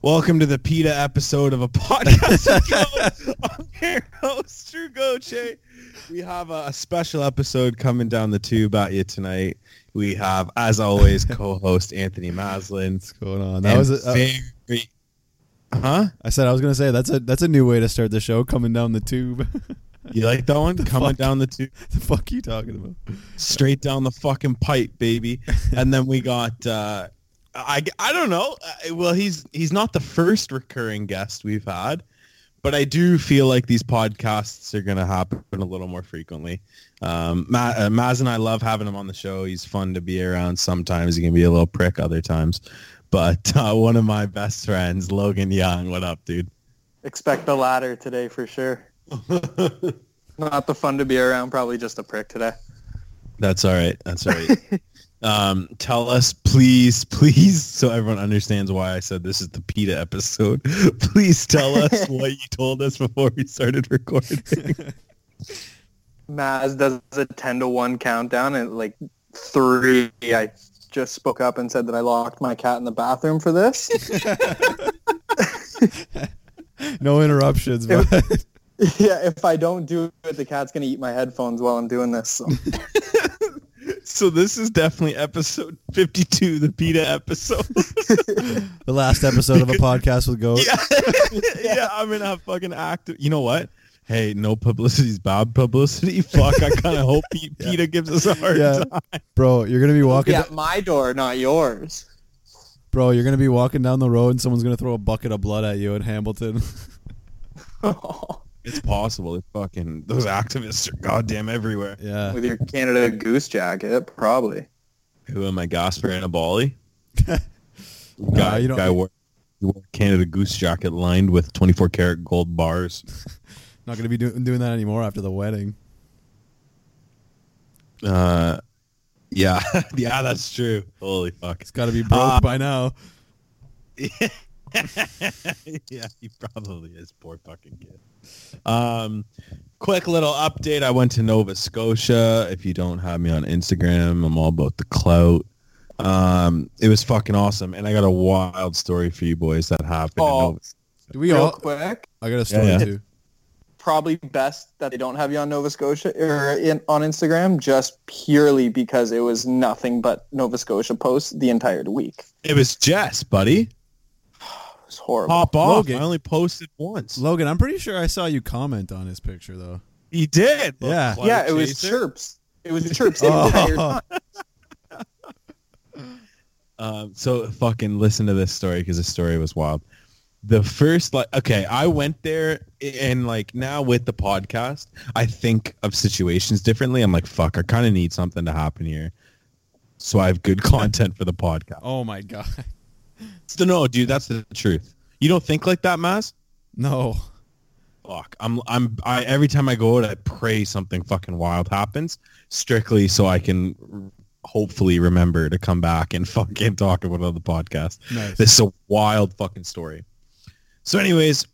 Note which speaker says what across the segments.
Speaker 1: Welcome to the PETA episode of a podcast. with Goats. I'm your host, Drew Goche. We have a, a special episode coming down the tube at you tonight. We have, as always, co-host Anthony Maslin.
Speaker 2: What's going on? That was a, uh,
Speaker 1: very, huh?
Speaker 2: I said I was gonna say that's a that's a new way to start the show. Coming down the tube.
Speaker 1: You like that one? Coming
Speaker 2: fuck?
Speaker 1: down the tube,
Speaker 2: the fuck you talking about?
Speaker 1: straight down the fucking pipe, baby. And then we got, uh, I, I don't know. Uh, Well, he's he's not the first recurring guest we've had, but I do feel like these podcasts are going to happen a little more frequently. Um, Ma- uh, Maz and I love having him on the show. He's fun to be around. Sometimes he can be a little prick, other times. But uh, one of my best friends, Logan Young, what up, dude?
Speaker 3: Expect the latter today for sure. Not the fun to be around, probably just a prick today.
Speaker 1: That's all right. That's all right. um, tell us, please, please, so everyone understands why I said this is the PETA episode. Please tell us what you told us before we started recording.
Speaker 3: Maz does a 10 to 1 countdown at like 3. I just spoke up and said that I locked my cat in the bathroom for this.
Speaker 2: No interruptions,
Speaker 3: It-
Speaker 2: but
Speaker 3: yeah, if I don't do it, the cat's going to eat my headphones while I'm doing this. So.
Speaker 1: so this is definitely episode 52, the PETA episode.
Speaker 2: the last episode of a podcast with Goat.
Speaker 1: yeah. yeah, I'm in a fucking active. You know what? Hey, no publicity is bad publicity. Fuck, I kind of hope P- PETA gives us a hard
Speaker 2: Yeah.
Speaker 1: time.
Speaker 2: bro, you're gonna be walking.
Speaker 3: Yeah, at my door, not yours.
Speaker 2: Bro, you're gonna be walking down the road and someone's gonna throw a bucket of blood at you in Hamilton.
Speaker 3: With
Speaker 1: It's possible. It's fucking, those activists are goddamn everywhere.
Speaker 2: yeah,
Speaker 3: your Canada Goose jacket, probably.
Speaker 1: Who am I, Gasper Anaboli?
Speaker 2: Nah,
Speaker 1: guy,
Speaker 2: you don't-
Speaker 1: guy wore, he wore a Canada Goose jacket lined with 24 karat gold bars.
Speaker 2: not gonna be do- doing that anymore after the wedding.
Speaker 1: Uh, yeah, yeah, that's true. Holy fuck.
Speaker 2: It's got to be broke
Speaker 1: Ah.
Speaker 2: by now.
Speaker 1: yeah, he probably is. Poor fucking kid. Um, quick little update. I went to Nova Scotia. If you don't have me on Instagram, I'm all about the clout. Um, it was fucking awesome, and I got a wild story for you boys that happened. in
Speaker 3: Oh,
Speaker 1: Nova-
Speaker 2: Do we
Speaker 3: real
Speaker 2: all?
Speaker 3: quick.
Speaker 2: I got a story
Speaker 1: Yeah, yeah.
Speaker 2: too.
Speaker 3: probably best that they don't have you on Nova Scotia or in, on Instagram just purely because it was nothing but Nova Scotia posts the entire week.
Speaker 1: It was Jess, buddy.
Speaker 3: It was horrible.
Speaker 1: Pop off.
Speaker 2: Logan.
Speaker 1: I only posted once.
Speaker 2: Logan, I'm pretty sure I saw you comment on his picture though.
Speaker 1: He did.
Speaker 2: Yeah.
Speaker 1: Clout
Speaker 3: yeah, it was
Speaker 1: chaser.
Speaker 3: chirps. It was chirps the entire
Speaker 2: Oh,
Speaker 3: time.
Speaker 1: Um, so fucking listen to this story because the story was wild. The first like okay, I went there and like now with the podcast, I think of situations differently. I'm like, fuck, I kind of need something to happen here, so I have good content for the podcast.
Speaker 2: oh my god.
Speaker 1: So, no, dude, that's the truth. You don't think like that, Mas?
Speaker 2: No.
Speaker 1: Fuck, I'm I'm I every time I go out, I pray something fucking wild happens strictly so I can hopefully remember to come back and fucking talk about it on the podcast.
Speaker 2: Nice.
Speaker 1: This is a wild fucking story. So, anyways,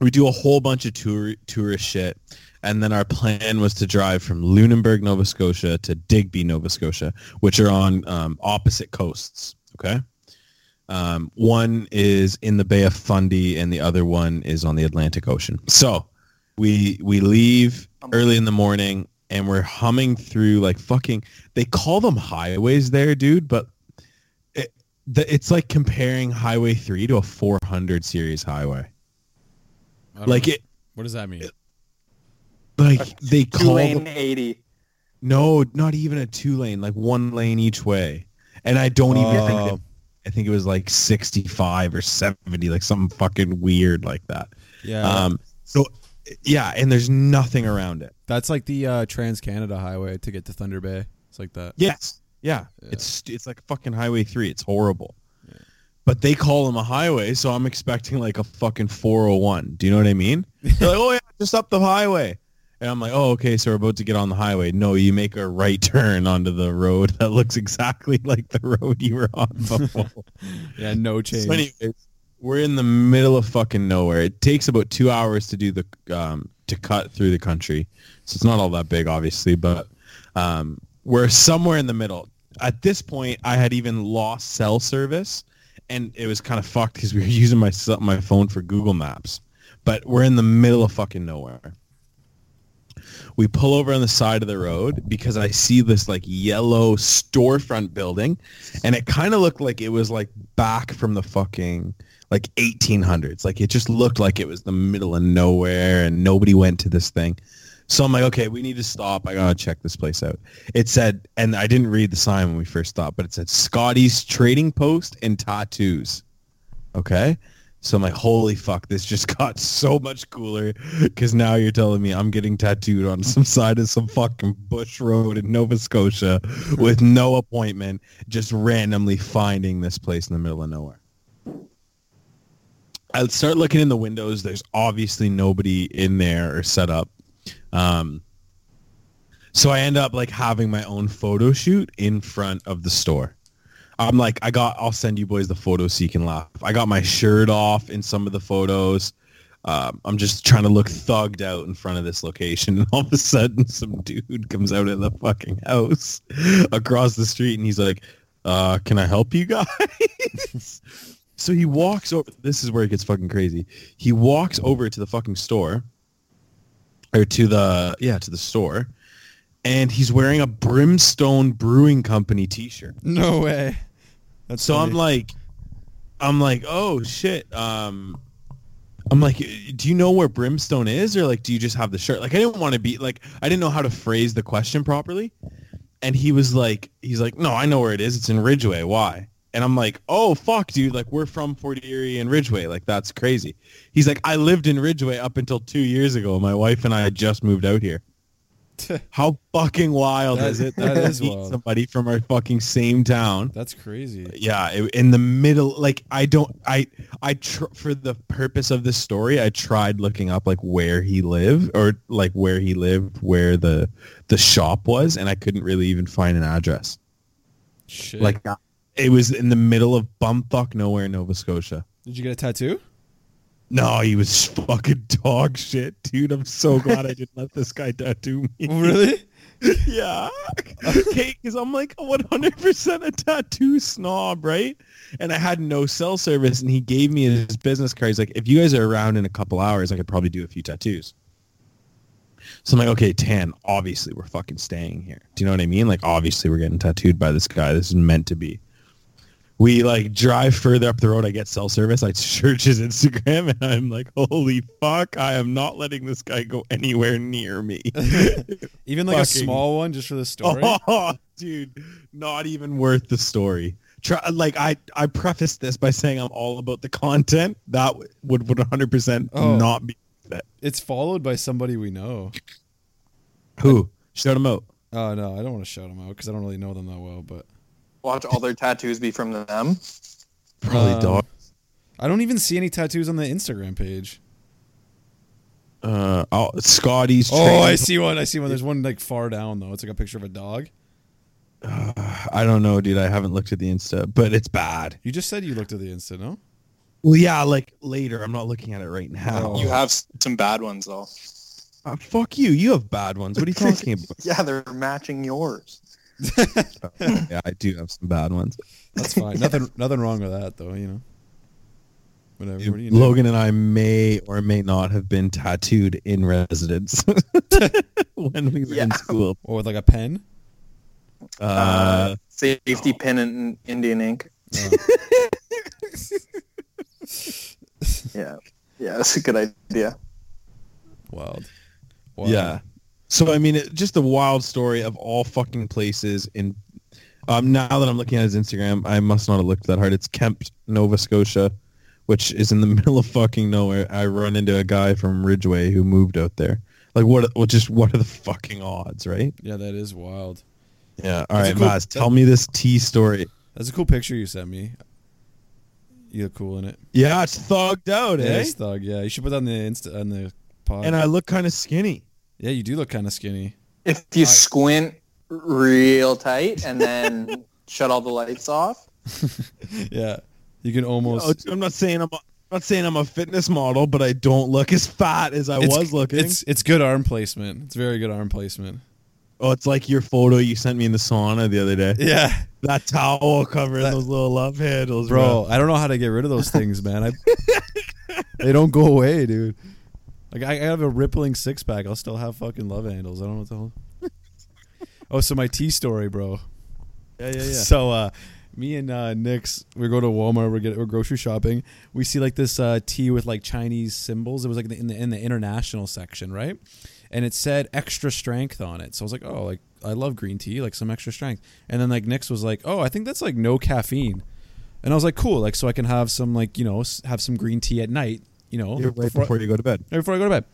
Speaker 1: we do a whole bunch of tour tourist shit, and then our plan was to drive from Lunenburg, Nova Scotia, to Digby, Nova Scotia, which are on um, opposite coasts. Okay, um, one is in the Bay of Fundy, and the other one is on the Atlantic Ocean. So, we we leave early in the morning, and we're humming through like fucking. They call them highways there, dude, but the, it's like comparing Highway 3 to a 400 series highway.
Speaker 2: I don't
Speaker 1: Like
Speaker 2: know.
Speaker 1: it,
Speaker 2: What does that mean?
Speaker 1: like they
Speaker 3: Two
Speaker 1: call
Speaker 3: lane
Speaker 1: them,
Speaker 3: eighty.
Speaker 1: no, not even a two lane, like one lane each way. And I don't even think that,
Speaker 2: Oh.
Speaker 1: I think it was like 65 or 70, like something fucking weird like that.
Speaker 2: Yeah.
Speaker 1: Um, so yeah, and there's nothing around it.
Speaker 2: That's like the uh, Trans Canada Highway to get to Thunder Bay. It's like that.
Speaker 1: Yes. Yeah. It's it's like fucking Highway 3. It's horrible. But they call them a highway, so I'm expecting like a fucking 401. Do you know what I mean? They're like, oh, yeah, just up the highway. And I'm like, oh, okay, so we're about to get on the highway. No, you make a right turn onto the road that looks exactly like the road you were on before.
Speaker 2: Yeah, no change.
Speaker 1: So anyways, we're in the middle of fucking nowhere. It takes about two hours to do the um, to cut through the country, so it's not all that big, obviously. But um, we're somewhere in the middle. At this point, I had even lost cell service, and it was kind of fucked because we were using my cell- my phone for Google Maps, but we're in the middle of fucking nowhere. We pull over on the side of the road because I see this like yellow storefront building, and it kind of looked like it was like back from the fucking like 1800s. Like it just looked like it was the middle of nowhere, and nobody went to this thing. So I'm like, okay, we need to stop. I gotta check this place out. It said, and I didn't read the sign when we first stopped, but it said Scotty's Trading Post and Tattoos. Okay, so I'm like, holy fuck, this just got so much cooler because now you're telling me I'm getting tattooed on some side of some fucking bush road in Nova Scotia with no appointment, just randomly finding this place in the middle of nowhere. I start looking in the windows. There's obviously nobody in there or set up. Um, so I end up like having my own photo shoot in front of the store. I'm like, I got, I'll send you boys the photos so you can laugh. I got my shirt off in some of the photos. Um, I'm just trying to look thugged out in front of this location. And all of a sudden some dude comes out of the fucking house across the street and he's like, uh, can I help you guys? so he walks over. This is where it gets fucking crazy. He walks over to the fucking store or to the yeah to the store and he's wearing a brimstone brewing company t-shirt
Speaker 2: No way. That's
Speaker 1: so i'm
Speaker 2: funny.
Speaker 1: like i'm like oh shit um i'm like do you know where brimstone is or like do you just have the shirt like i didn't want to be like i didn't know how to phrase the question properly and he was like he's like no i know where it is it's in ridgeway why and i'm like oh fuck dude like we're from fort erie and ridgeway like that's crazy he's like i lived in ridgeway up until two years ago my wife and i had just moved out here how fucking wild
Speaker 2: That-
Speaker 1: is it
Speaker 2: that
Speaker 1: we
Speaker 2: is
Speaker 1: meet
Speaker 2: wild.
Speaker 1: somebody from our fucking same town
Speaker 2: that's crazy.
Speaker 1: yeah it- in the middle like i don't i i tr- for the purpose of this story i tried looking up like where he lived or like where he lived where the the shop was and i couldn't really even find an address
Speaker 2: Shit.
Speaker 1: like it was in the middle of bumfuck nowhere nova scotia
Speaker 2: did you get a tattoo?
Speaker 1: no he was fucking dog shit dude i'm so glad i didn't let this guy tattoo me
Speaker 2: really?
Speaker 1: yeah. Okay, because I'm like a 100% a tattoo snob, right? And I had no cell service, and he gave me his business card. He's like, if you guys are around in a couple hours, I could probably do a few tattoos. So I'm like, okay, Tan, obviously we're fucking staying here. Do you know what I mean? Like, obviously we're getting tattooed by this guy. This is meant to be. We like drive further up the road. I get cell service. I search his Instagram, and I'm like, holy fuck, I am not letting this guy go anywhere near me.
Speaker 2: Even like a
Speaker 1: Fucking-
Speaker 2: small one just for the story?
Speaker 1: Oh, dude, not even worth the story. Try, like I, I prefaced this by saying I'm all about the content. That w- would would 100 percent
Speaker 2: Oh.
Speaker 1: not be that.
Speaker 2: It's followed by somebody we know.
Speaker 1: Who shout him out?
Speaker 2: Oh no, I don't want to shout them out because I don't really know them that well. But
Speaker 3: Watch all their tattoos be from them.
Speaker 1: Probably
Speaker 2: Um,
Speaker 1: dog.
Speaker 2: I don't even see any tattoos on the Instagram page.
Speaker 1: Uh, oh, Scotty's.
Speaker 2: Oh, I
Speaker 1: training-
Speaker 2: see one. I see one. There's one like far down though. It's like a picture of a dog.
Speaker 1: I don't know, dude. I haven't looked at the Insta, but it's bad.
Speaker 2: You just said you looked at the Insta, no?
Speaker 1: Well, yeah, like later. I'm not looking at it right now.
Speaker 2: Oh.
Speaker 3: You have s- some bad ones though.
Speaker 1: Uh, fuck you. You have bad ones. What are you talking about?
Speaker 3: Yeah, they're matching yours.
Speaker 1: yeah, I do have some bad ones.
Speaker 2: That's fine. nothing, nothing wrong with that though. You know. Whatever. What do you know?
Speaker 1: Logan and I may or may not have been tattooed in residence when we were in
Speaker 3: Yeah.
Speaker 1: school.
Speaker 2: Or with like a pen.
Speaker 1: Uh,
Speaker 3: Safety pin and Indian ink.
Speaker 2: Oh.
Speaker 3: Yeah, yeah, that's a good idea.
Speaker 2: Wild.
Speaker 1: Yeah. So I mean, it, just a wild story of all fucking places. In um, now that I'm looking at his Instagram, I must not have looked that hard. It's Kemp, Nova Scotia, which is in the middle of fucking nowhere. I run into a guy from Ridgeway who moved out there. Like what? Well, just what are the fucking odds, right?
Speaker 2: Yeah, that is wild.
Speaker 1: Yeah. All
Speaker 2: That's a
Speaker 1: right,
Speaker 2: cool-
Speaker 1: Maz, tell me this tea story.
Speaker 2: That's a cool picture you sent me. You look cool in it.
Speaker 1: Yeah, it's thugged out,
Speaker 2: Yeah,
Speaker 1: eh?
Speaker 2: it's thug. Yeah, you should put that on the Insta on the pod.
Speaker 1: and I look kind of skinny.
Speaker 2: yeah, you do look kind of skinny.
Speaker 3: If you squint real tight and then shut all the lights off,
Speaker 2: Yeah, you can almost.
Speaker 1: No, Oh, I'm not saying I'm. A, I'm not saying I'm a fitness model, but I don't look as fat as I
Speaker 2: It's-
Speaker 1: was looking.
Speaker 2: It's it's good arm placement. It's very good arm placement.
Speaker 1: Oh, it's like your photo you sent me in the sauna the other day.
Speaker 2: Yeah,
Speaker 1: That towel covering
Speaker 2: That-
Speaker 1: those little love handles,
Speaker 2: bro. I don't know how to get rid of those things, man. I, they don't go away, dude. Like I, I have a rippling six pack. I'll still have fucking love handles. I don't know what the hell. Oh, so my tea story, bro.
Speaker 1: Yeah, yeah, yeah.
Speaker 2: So uh me and uh Nick's we go to Walmart, we're get we're grocery shopping. We see like this uh tea with like Chinese symbols. It was like in the in the, in the international section, right? And it said extra strength on it. So I was like, "Oh, like I love green tea, like some extra strength." And then like Nick's was like, "Oh, I think that's like no caffeine." And I was like, "Cool, like so I can have some like, you know, s- have some green tea at night, you know,
Speaker 1: Right before, you go to bed.
Speaker 2: right before I go to bed.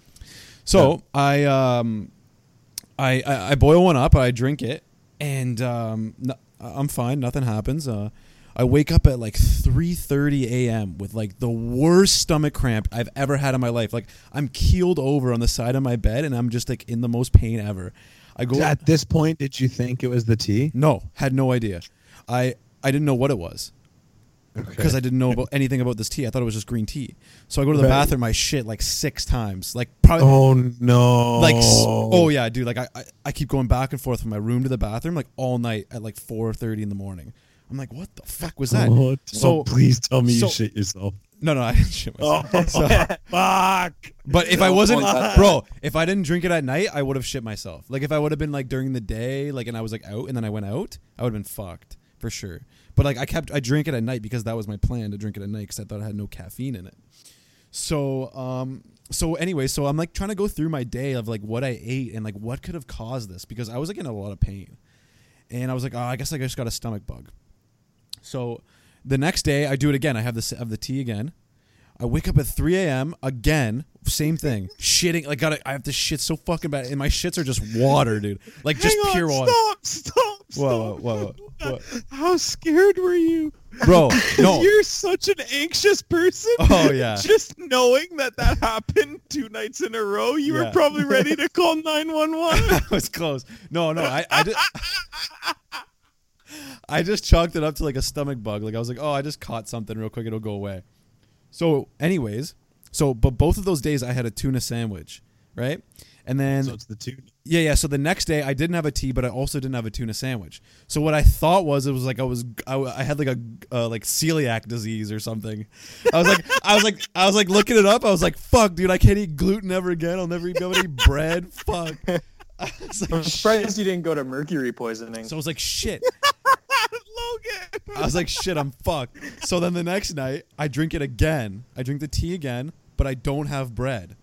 Speaker 2: So I um, I, I I boil one up. I drink it, and um, no, I'm fine. Nothing happens. Uh, I wake up at like 3:30 a.m. with like the worst stomach cramp I've ever had in my life. Like I'm keeled over on the side of my bed, and I'm just like in the most pain ever. I go
Speaker 1: At this point, did you think it was the tea?
Speaker 2: no, had no idea. I I didn't know what it was because I didn't know about anything about this tea. I thought it was just green tea. So I go to the
Speaker 1: Right.
Speaker 2: bathroom. I shit like six times. Like probably
Speaker 1: Oh no!
Speaker 2: like s- oh yeah dude like I, I i keep going back and forth from my room to the bathroom like all night at like four thirty in the morning i'm like what the fuck was that
Speaker 1: Oh,
Speaker 2: so
Speaker 1: please tell me
Speaker 2: so-
Speaker 1: you shit yourself.
Speaker 2: no no i didn't shit myself So-
Speaker 1: fuck!
Speaker 2: but if i
Speaker 3: Don't
Speaker 2: wasn't
Speaker 3: point that out.
Speaker 2: bro if i didn't drink it at night i would have shit myself like if i would have been like during the day like and i was like out and then i went out i would have been fucked for sure but like i kept i drank it at night because that was my plan to drink it at night because i thought it had no caffeine in it So um so anyway, so I'm like trying to go through my day of like what I ate and like what could have caused this because I was like in a lot of pain. And I was like, "Oh, I guess like, I just got a stomach bug." So the next day I do it again. I have this of the tea again. I wake up at 3 a.m. again, same thing. Shitting like got to I have to shit so fucking bad and my shits are just water, dude. Like just
Speaker 1: Hang on,
Speaker 2: pure water.
Speaker 1: Stop! Stop! stop.
Speaker 2: Whoa, whoa, whoa, whoa.
Speaker 1: How scared were you?
Speaker 2: Bro, no.
Speaker 1: You're such an anxious person.
Speaker 2: Oh, yeah.
Speaker 1: Just knowing that that happened two nights in a row, you
Speaker 2: Yeah.
Speaker 1: were probably ready to call nine one one.
Speaker 2: I was close. No, no, I, I just, I just chalked it up to like a stomach bug. Like I was like, oh, I just caught something real quick. It'll go away. So, anyways, so but both of those days I had a tuna sandwich, right? And then
Speaker 1: So it's the two.
Speaker 2: yeah, yeah. So the next day, I didn't have a tea, but I also didn't have a tuna sandwich. So what I thought was it was like I was I, I had like a uh, like celiac disease or something. I was like I was like I was like looking it up. I was like, fuck, dude, I can't eat gluten ever again. I'll never be able to eat bread. Fuck. I was
Speaker 3: I'm
Speaker 2: like,
Speaker 3: surprised you didn't go to mercury poisoning.
Speaker 2: so I was like, shit.
Speaker 1: Logan.
Speaker 2: I was like, shit, I'm fucked. So then the next night, I drink it again. I drink the tea again, but I don't have bread.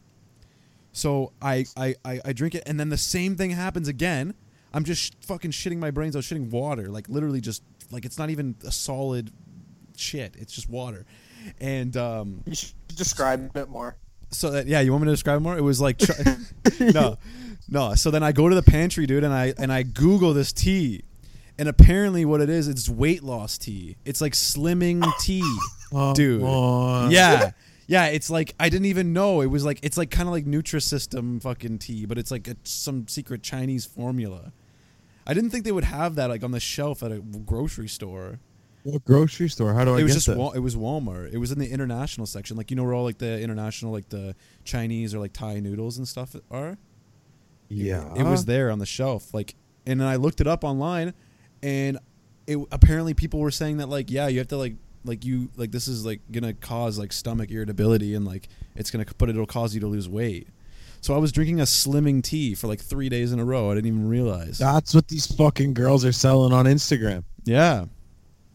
Speaker 2: So I I, I, I drink it, and then the same thing happens again. I'm just sh- fucking shitting my brains. I was shitting water, like literally just like it's not even a solid shit. It's just water. And um,
Speaker 3: you should describe it more.
Speaker 2: so that yeah, you want me to describe more? It was like try- no, no. So then I go to the pantry, dude, and I and I Google this tea, and apparently what it is, it's weight loss tea. It's like slimming tea, dude.
Speaker 1: on.
Speaker 2: Yeah. Yeah, it's like I didn't even know it was like it's like kind of like Nutrisystem fucking tea, but it's like a, some secret Chinese formula. I didn't think they would have that like on the shelf at a grocery store.
Speaker 1: What grocery store? How do I
Speaker 2: It was
Speaker 1: get
Speaker 2: just
Speaker 1: that?
Speaker 2: Wa- it was Walmart. It was in the international section, like you know where all like the international like the Chinese or like Thai noodles and stuff are.
Speaker 1: yeah.
Speaker 2: It was there on the shelf, like, and then I looked it up online, and it apparently people were saying that like yeah you have to like like you like this is like gonna cause like stomach irritability and like it's gonna but it'll cause you to lose weight. So I was drinking a slimming tea for like three days in a row. I didn't even realize.
Speaker 1: That's what these fucking girls are selling on Instagram.
Speaker 2: Yeah.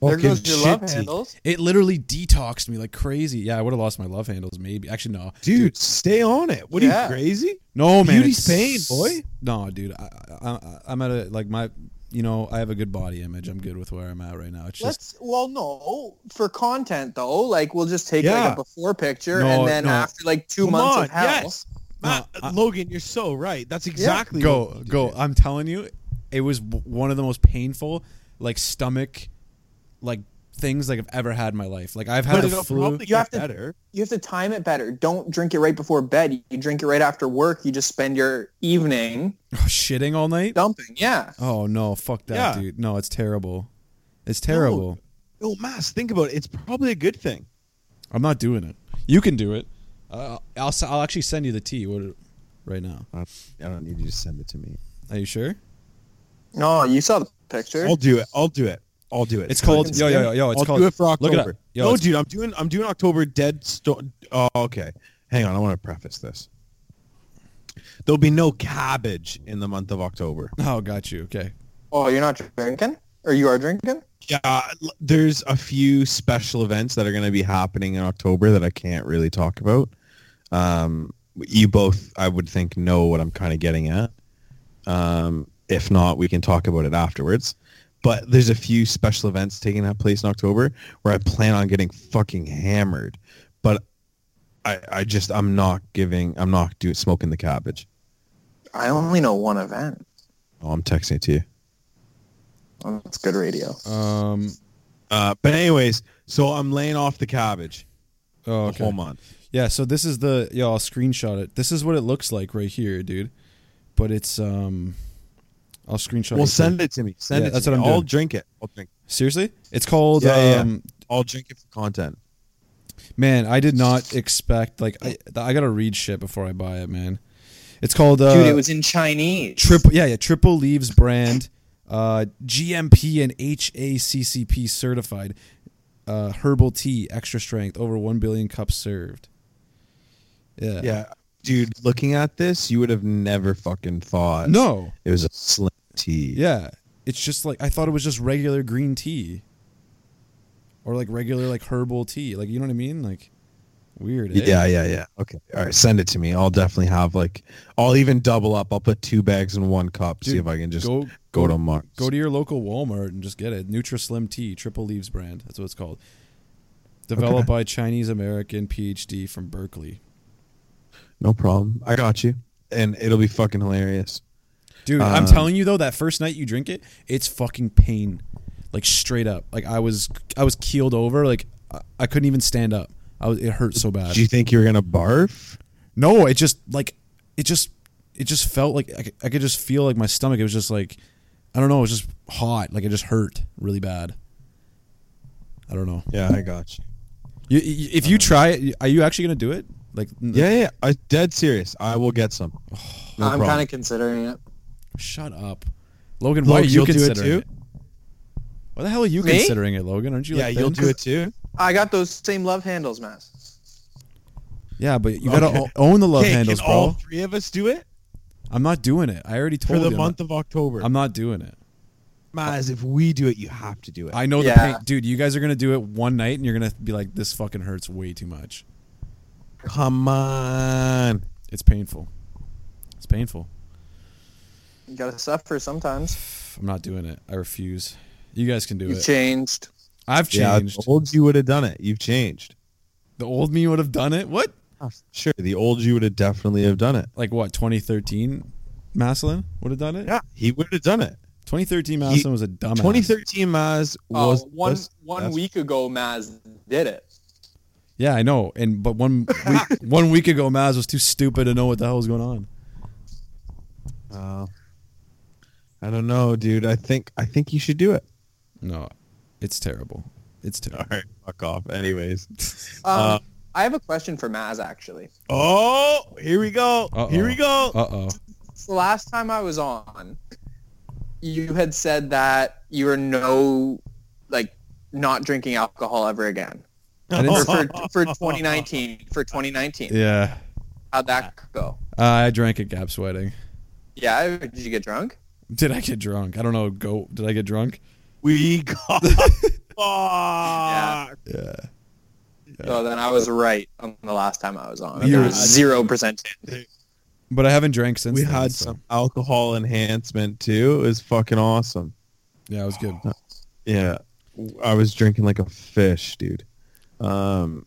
Speaker 3: There goes
Speaker 1: Fucking
Speaker 3: your love
Speaker 1: shit tea.
Speaker 3: handles.
Speaker 2: It literally detoxed me like crazy. Yeah, I would have lost my love handles maybe. Actually, no.
Speaker 1: Dude, stay on it. What are
Speaker 3: Yeah.
Speaker 1: you crazy?
Speaker 2: No man,
Speaker 1: Beauty's
Speaker 2: it's-
Speaker 1: pain, boy.
Speaker 2: No, dude, I, I, I, I'm at a like my, you know, I have a good body image. I'm good with where I'm at right now. It's just
Speaker 3: Let's well no for content though like we'll just take
Speaker 1: Yeah.
Speaker 3: like a before picture
Speaker 2: No,
Speaker 3: and then
Speaker 2: no.
Speaker 3: after like two
Speaker 1: Come
Speaker 3: months
Speaker 1: on,
Speaker 3: of hell
Speaker 1: yes. Matt,
Speaker 2: No, I-
Speaker 1: Logan, you're so right. That's exactly what
Speaker 2: go
Speaker 1: we did.
Speaker 2: go. I'm telling you, it was w- one of the most painful like stomach, like things like I've ever had in my life. Like I've had
Speaker 1: But
Speaker 2: the
Speaker 1: it'll
Speaker 2: flu.
Speaker 1: probably
Speaker 3: You have
Speaker 1: get
Speaker 3: to-
Speaker 1: better.
Speaker 3: you have to time it better don't drink it right before bed you drink it right after work you just spend your evening
Speaker 2: Oh, shitting all night.
Speaker 3: dumping yeah
Speaker 2: Oh no, fuck that,
Speaker 1: Yeah.
Speaker 2: dude. No, it's terrible. It's terrible.
Speaker 1: Oh, Mass, think about it. It's probably a good thing.
Speaker 2: I'm not doing it. You can do it. Uh, I'll s- I'll actually send you the tea what, right now.
Speaker 1: I don't need you to send it to me.
Speaker 2: Are you sure?
Speaker 3: No, you saw the picture.
Speaker 1: I'll do it. I'll do it. I'll do it.
Speaker 2: It's called
Speaker 3: Fucking
Speaker 2: yo yo yo yo. It's
Speaker 1: I'll
Speaker 2: called
Speaker 1: do it for
Speaker 2: Look it up.
Speaker 1: October.
Speaker 2: Yo,
Speaker 1: no,
Speaker 2: it's-
Speaker 1: dude, I'm doing I'm doing October dead. Sto- oh, okay. Hang on, I want to preface this. There'll be no cabbage in the month of October.
Speaker 2: Oh, got you. Okay.
Speaker 3: Oh, you're not drinking, or you are drinking?
Speaker 1: Yeah, l- there's a few special events that are going to be happening in October that I can't really talk about. Um, you both, I would think, know what I'm kind of getting at. Um, if not, we can talk about it afterwards. But there's a few special events taking that place in October where I plan on getting fucking hammered. But I, I just, I'm not giving, I'm not doing smoking the cabbage.
Speaker 3: I only know one event.
Speaker 1: Oh, I'm texting it to you.
Speaker 3: Oh, that's good radio.
Speaker 2: Um.
Speaker 1: Uh, but anyways, so I'm laying off the cabbage
Speaker 2: Oh,
Speaker 1: the whole
Speaker 2: okay.
Speaker 1: month.
Speaker 2: Yeah. So this is the yo. I'll screenshot it. This is what it looks like right here, dude. But it's um. I'll screenshot.
Speaker 1: Well,
Speaker 2: it.
Speaker 1: send it to me. Send
Speaker 2: Yeah,
Speaker 1: it.
Speaker 2: that's
Speaker 1: to
Speaker 2: what
Speaker 1: me.
Speaker 2: I'm
Speaker 1: I'll
Speaker 2: doing.
Speaker 1: drink it. I'll drink.
Speaker 2: Seriously, it's called
Speaker 1: Yeah, yeah, yeah.
Speaker 2: um.
Speaker 1: I'll drink it for content.
Speaker 2: Man, I did not expect like I. I gotta read shit before I buy it, man. It's called uh,
Speaker 3: Dude, it was in Chinese.
Speaker 2: triple. Yeah, yeah. Triple leaves brand, uh, GMP and HACCP certified, uh, herbal tea, extra strength, over one billion cups served. Yeah.
Speaker 1: Yeah, dude. Looking at this, you would have never fucking thought.
Speaker 2: No.
Speaker 1: it was a slim tea.
Speaker 2: Yeah. It's just like I thought it was just regular green tea. Or like regular like herbal tea. Like you know what I mean? Like weird. eh?
Speaker 1: Yeah, yeah, yeah. Okay. All right. Send it to me. I'll definitely have like. I'll even double up. I'll put two bags in one cup. see
Speaker 2: Dude,
Speaker 1: if I can just
Speaker 2: go-
Speaker 1: go,
Speaker 2: go-
Speaker 1: to Mark.
Speaker 2: Go to your local Walmart and just get it. Nutrislim tea, triple leaves brand. That's what it's called. Developed by Chinese American PhD from Berkeley.
Speaker 1: no problem. I got you, and it'll be fucking hilarious.
Speaker 2: Dude, I'm telling you though, that first night you drink it, it's fucking pain, like straight up. Like I was, I was keeled over. Like I, I couldn't even stand up. I was, it hurt so bad.
Speaker 1: Do you think you're gonna barf?
Speaker 2: No, it just like it just it just felt like I could, I could just feel like my stomach. It was just like I don't know. It was just hot. Like it just hurt really bad. I don't know.
Speaker 1: Yeah, I got you.
Speaker 2: You, you, if you try it, are you actually gonna do it? Like n-
Speaker 1: Yeah, yeah. I dead serious. I will get some. No
Speaker 3: I'm
Speaker 1: problem.
Speaker 3: kind of considering it.
Speaker 2: Shut up, Logan. Why are
Speaker 1: Logs,
Speaker 2: you
Speaker 1: you'll do it
Speaker 2: considering
Speaker 1: too?
Speaker 2: it? Why the hell are you
Speaker 3: Me?
Speaker 2: considering it, Logan? Aren't you?
Speaker 1: Yeah,
Speaker 2: like,
Speaker 1: you'll
Speaker 2: thin?
Speaker 1: do it too.
Speaker 3: I got those same love handles, Mass.
Speaker 2: Yeah, but you gotta
Speaker 1: Okay.
Speaker 2: o- own the love
Speaker 1: Hey,
Speaker 2: handles,
Speaker 1: can
Speaker 2: bro.
Speaker 1: all three of us do it?
Speaker 2: I'm not doing it. I already told
Speaker 1: for the
Speaker 2: you.
Speaker 1: month of October.
Speaker 2: I'm not doing it.
Speaker 1: Maz, if we do it, you have to do it.
Speaker 2: I know the
Speaker 3: Yeah.
Speaker 2: pain, dude. You guys are gonna do it one night, and you're gonna be like, "This fucking hurts way too much."
Speaker 1: Come on.
Speaker 2: It's painful. It's painful.
Speaker 3: You gotta suffer sometimes.
Speaker 2: I'm not doing it. I refuse. You guys can do
Speaker 3: You
Speaker 2: it.
Speaker 3: changed.
Speaker 2: I've changed.
Speaker 1: Yeah, the old you would have done it. You've changed.
Speaker 2: the old me would have done it. What?
Speaker 1: Ah,
Speaker 3: Uh,
Speaker 1: Sure, the old you would have definitely have done it.
Speaker 2: Like what? 2013, Maslin would have done it.
Speaker 1: he would have done it.
Speaker 2: 2013, Maslin was a dumbass.
Speaker 1: 2013 Maz was
Speaker 3: one
Speaker 1: was- that's-
Speaker 3: week ago, Maz did it.
Speaker 2: Yeah, I know. And but one week, one week ago, Maz was too stupid to know what the hell was going on.
Speaker 1: Uh, I don't know, dude. I think I think you should do it.
Speaker 2: No, it's terrible. It's terrible.
Speaker 1: All right, fuck off. Anyways,
Speaker 3: Um,
Speaker 1: Uh,
Speaker 3: I have a question for Maz, actually.
Speaker 1: oh, here we go.
Speaker 2: Uh-oh.
Speaker 1: Here we go.
Speaker 2: Uh oh.
Speaker 3: So last time I was on, you had said that you were no, like, not drinking alcohol ever again.
Speaker 2: I
Speaker 3: Or
Speaker 1: Oh.
Speaker 2: didn't-
Speaker 3: for, for 2019, for 2019.
Speaker 2: Yeah,
Speaker 3: How'd that go?
Speaker 2: uh, I drank at Gap's wedding.
Speaker 3: Yeah, did you get drunk?
Speaker 2: Did I get drunk? I don't know. Go. Did I get drunk?
Speaker 1: We got.
Speaker 3: Yeah.
Speaker 2: Yeah.
Speaker 3: So then I was right on the last time I was on.
Speaker 2: You
Speaker 3: There
Speaker 2: were-
Speaker 3: was zero percent.
Speaker 2: But I haven't drank since.
Speaker 1: We
Speaker 2: then,
Speaker 1: had
Speaker 2: so-
Speaker 1: some alcohol enhancement too. It was fucking awesome.
Speaker 2: Yeah, it was good.
Speaker 1: Yeah. I was drinking like a fish, dude. Um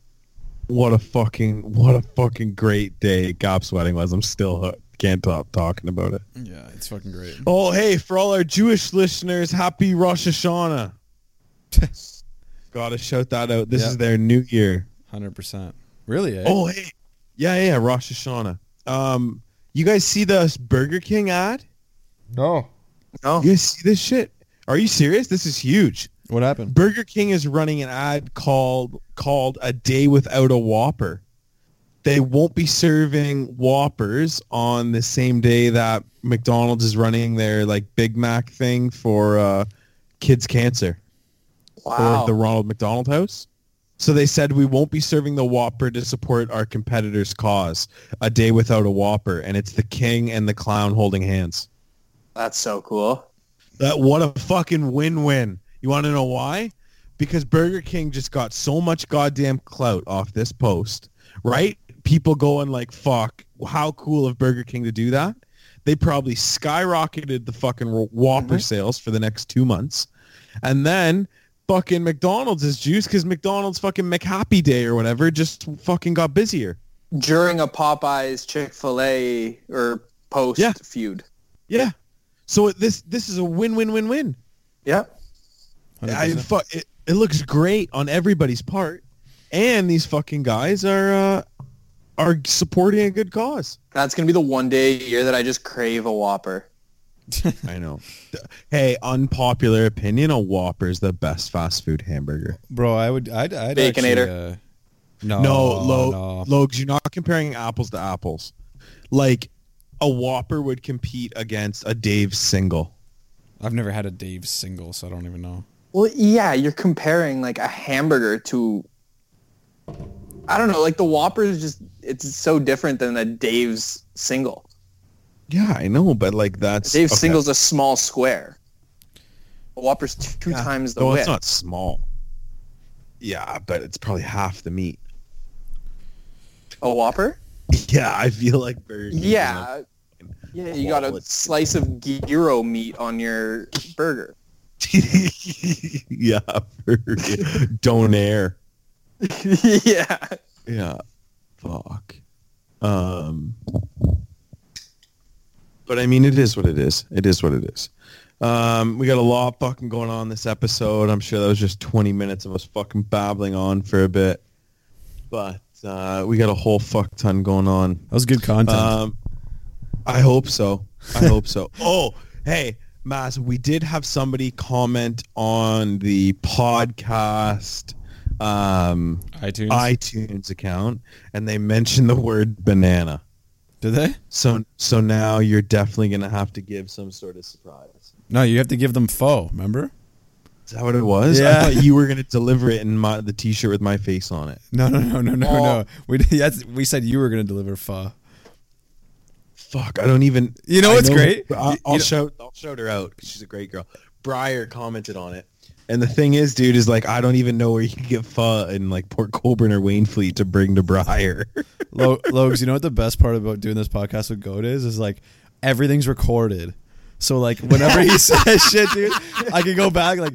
Speaker 1: what a fucking what a fucking great day Gops wedding was. I'm still hooked. Can't stop talking about it.
Speaker 2: Yeah, it's fucking great.
Speaker 1: Oh hey, for all our Jewish listeners, happy Rosh Hashanah. Gotta shout that out. This
Speaker 2: Yeah.
Speaker 1: is their new year.
Speaker 2: Hundred percent. Really? Eh?
Speaker 1: Oh hey. Yeah, yeah, Rosh Hashanah. Um you guys see the Burger King ad?
Speaker 2: no.
Speaker 3: No.
Speaker 1: You guys see this shit? Are you serious? This is huge.
Speaker 2: What happened?
Speaker 1: Burger King is running an ad called called "A Day Without a Whopper," they won't be serving Whoppers on the same day that McDonald's is running their like Big Mac thing for uh, kids cancer
Speaker 3: Wow.
Speaker 1: for the Ronald McDonald House. So they said we won't be serving the Whopper to support our competitor's cause. A day without a Whopper, and it's the King and the Clown holding hands.
Speaker 3: That's so cool.
Speaker 1: That what a fucking win-win. You want to know why? Because Burger King just got so much goddamn clout off this post, right? People going like, "Fuck, how cool of Burger King to do that." They probably skyrocketed the fucking Whopper sales for the next two months, and then fucking McDonald's is juice because McDonald's fucking McHappy Day or whatever just fucking got busier.
Speaker 3: During a Popeyes Chick-fil-A or post
Speaker 1: Yeah.
Speaker 3: feud.
Speaker 1: Yeah, so it- this this is a win-win-win-win.
Speaker 3: Yep.
Speaker 1: I, fu- it, it looks great on everybody's part, and these fucking guys are uh, are supporting a good cause.
Speaker 3: That's gonna be the one day a year that I just crave a Whopper.
Speaker 1: I know. Hey, unpopular opinion: a Whopper is the best fast food hamburger.
Speaker 2: Bro, I would. I'd. I'd actually,
Speaker 3: Baconator.
Speaker 2: uh, no.
Speaker 1: Oh, no, Lo,
Speaker 2: no.
Speaker 1: Logs, you're not comparing apples to apples. Like a Whopper would compete against a Dave's single.
Speaker 2: I've never had a Dave single, so I don't even know.
Speaker 3: Well, yeah, you're comparing like a hamburger to. I don't know, like the Whopper is just it's so different than a Dave's single.
Speaker 1: Yeah, I know, but like that's
Speaker 3: Dave's
Speaker 1: okay.
Speaker 3: single's a small square. A Whopper's two
Speaker 1: Yeah.
Speaker 3: times the
Speaker 1: Though
Speaker 3: width.
Speaker 1: it's not small. Yeah, but it's probably half the meat.
Speaker 3: A Whopper?
Speaker 1: Yeah, I feel like Burger King's gonna-
Speaker 3: Yeah. Yeah, you got a
Speaker 1: wallet.
Speaker 3: slice of gyro meat on your burger.
Speaker 1: yeah, for donair.
Speaker 3: yeah.
Speaker 1: Yeah, fuck. Um, but I mean, it is what it is. It is what it is. Um, we got a lot fucking going on this episode. I'm sure that was just 20 minutes of us fucking babbling on for a bit, but uh, we got a whole fuck ton going on.
Speaker 2: That was good content.
Speaker 1: Um, I hope so. I hope so. Oh, hey, Maz, we did have somebody comment on the podcast um,
Speaker 2: iTunes.
Speaker 1: iTunes account, and they mentioned the word banana.
Speaker 2: Did they?
Speaker 1: So, so now you're definitely gonna have to give some sort of surprise.
Speaker 2: No, you have to give them foe. Remember?
Speaker 1: Is that what it was?
Speaker 2: Yeah.
Speaker 1: I thought you were gonna deliver it in my, the T-shirt with my face on it.
Speaker 2: No, no, no, no, no,
Speaker 3: Oh.
Speaker 2: no. We that's, we said you were gonna deliver pho.
Speaker 1: Fuck, I don't even.
Speaker 2: You know
Speaker 1: I
Speaker 2: what's great?
Speaker 1: I'll,
Speaker 2: You-
Speaker 1: I'll
Speaker 2: you know-
Speaker 1: shout. I'll shout her out. 'cause She's a great girl. Briar commented on it, and the thing is, dude, is like I don't even know where you can get pho in like Port Colborne or Waynefleet to bring to Briar.
Speaker 2: Lo- Logs, you know what the best part about doing this podcast with Goat is? Is like everything's recorded. So like whenever he says shit, dude, I can go back like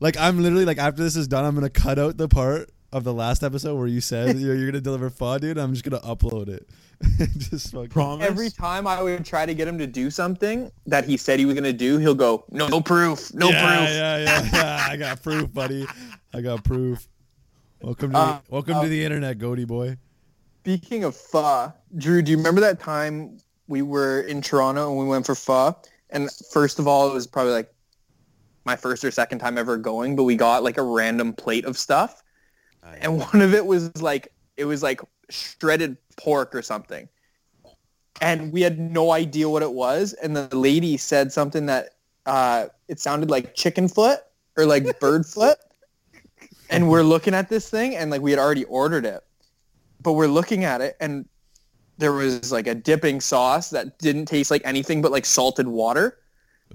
Speaker 2: like I'm literally like after this is done, I'm gonna cut out the part of the last episode where you said you're, you're gonna deliver pho, dude. I'm just gonna upload it. just fucking
Speaker 1: Promise.
Speaker 3: Every time I would try to get him to do something that he said he was going to do, he'll go, no, no proof, no
Speaker 2: yeah,
Speaker 3: proof.
Speaker 2: yeah, yeah, yeah. I got proof, buddy. I got proof. Welcome to
Speaker 3: Uh,
Speaker 2: the, welcome to the internet, Goaty boy.
Speaker 3: Speaking of pho, Drew, do you remember that time we were in Toronto and we went for pho? And first of all, it was probably like my first or second time ever going, but we got like a random plate of stuff. And one of it was like, it was like shredded pork or something. And we had no idea what it was. And the lady said something that uh, it sounded like chicken foot or like bird foot. And we're looking at this thing and like we had already ordered it but we're looking at it and there was like a dipping sauce that didn't taste like anything but like salted water.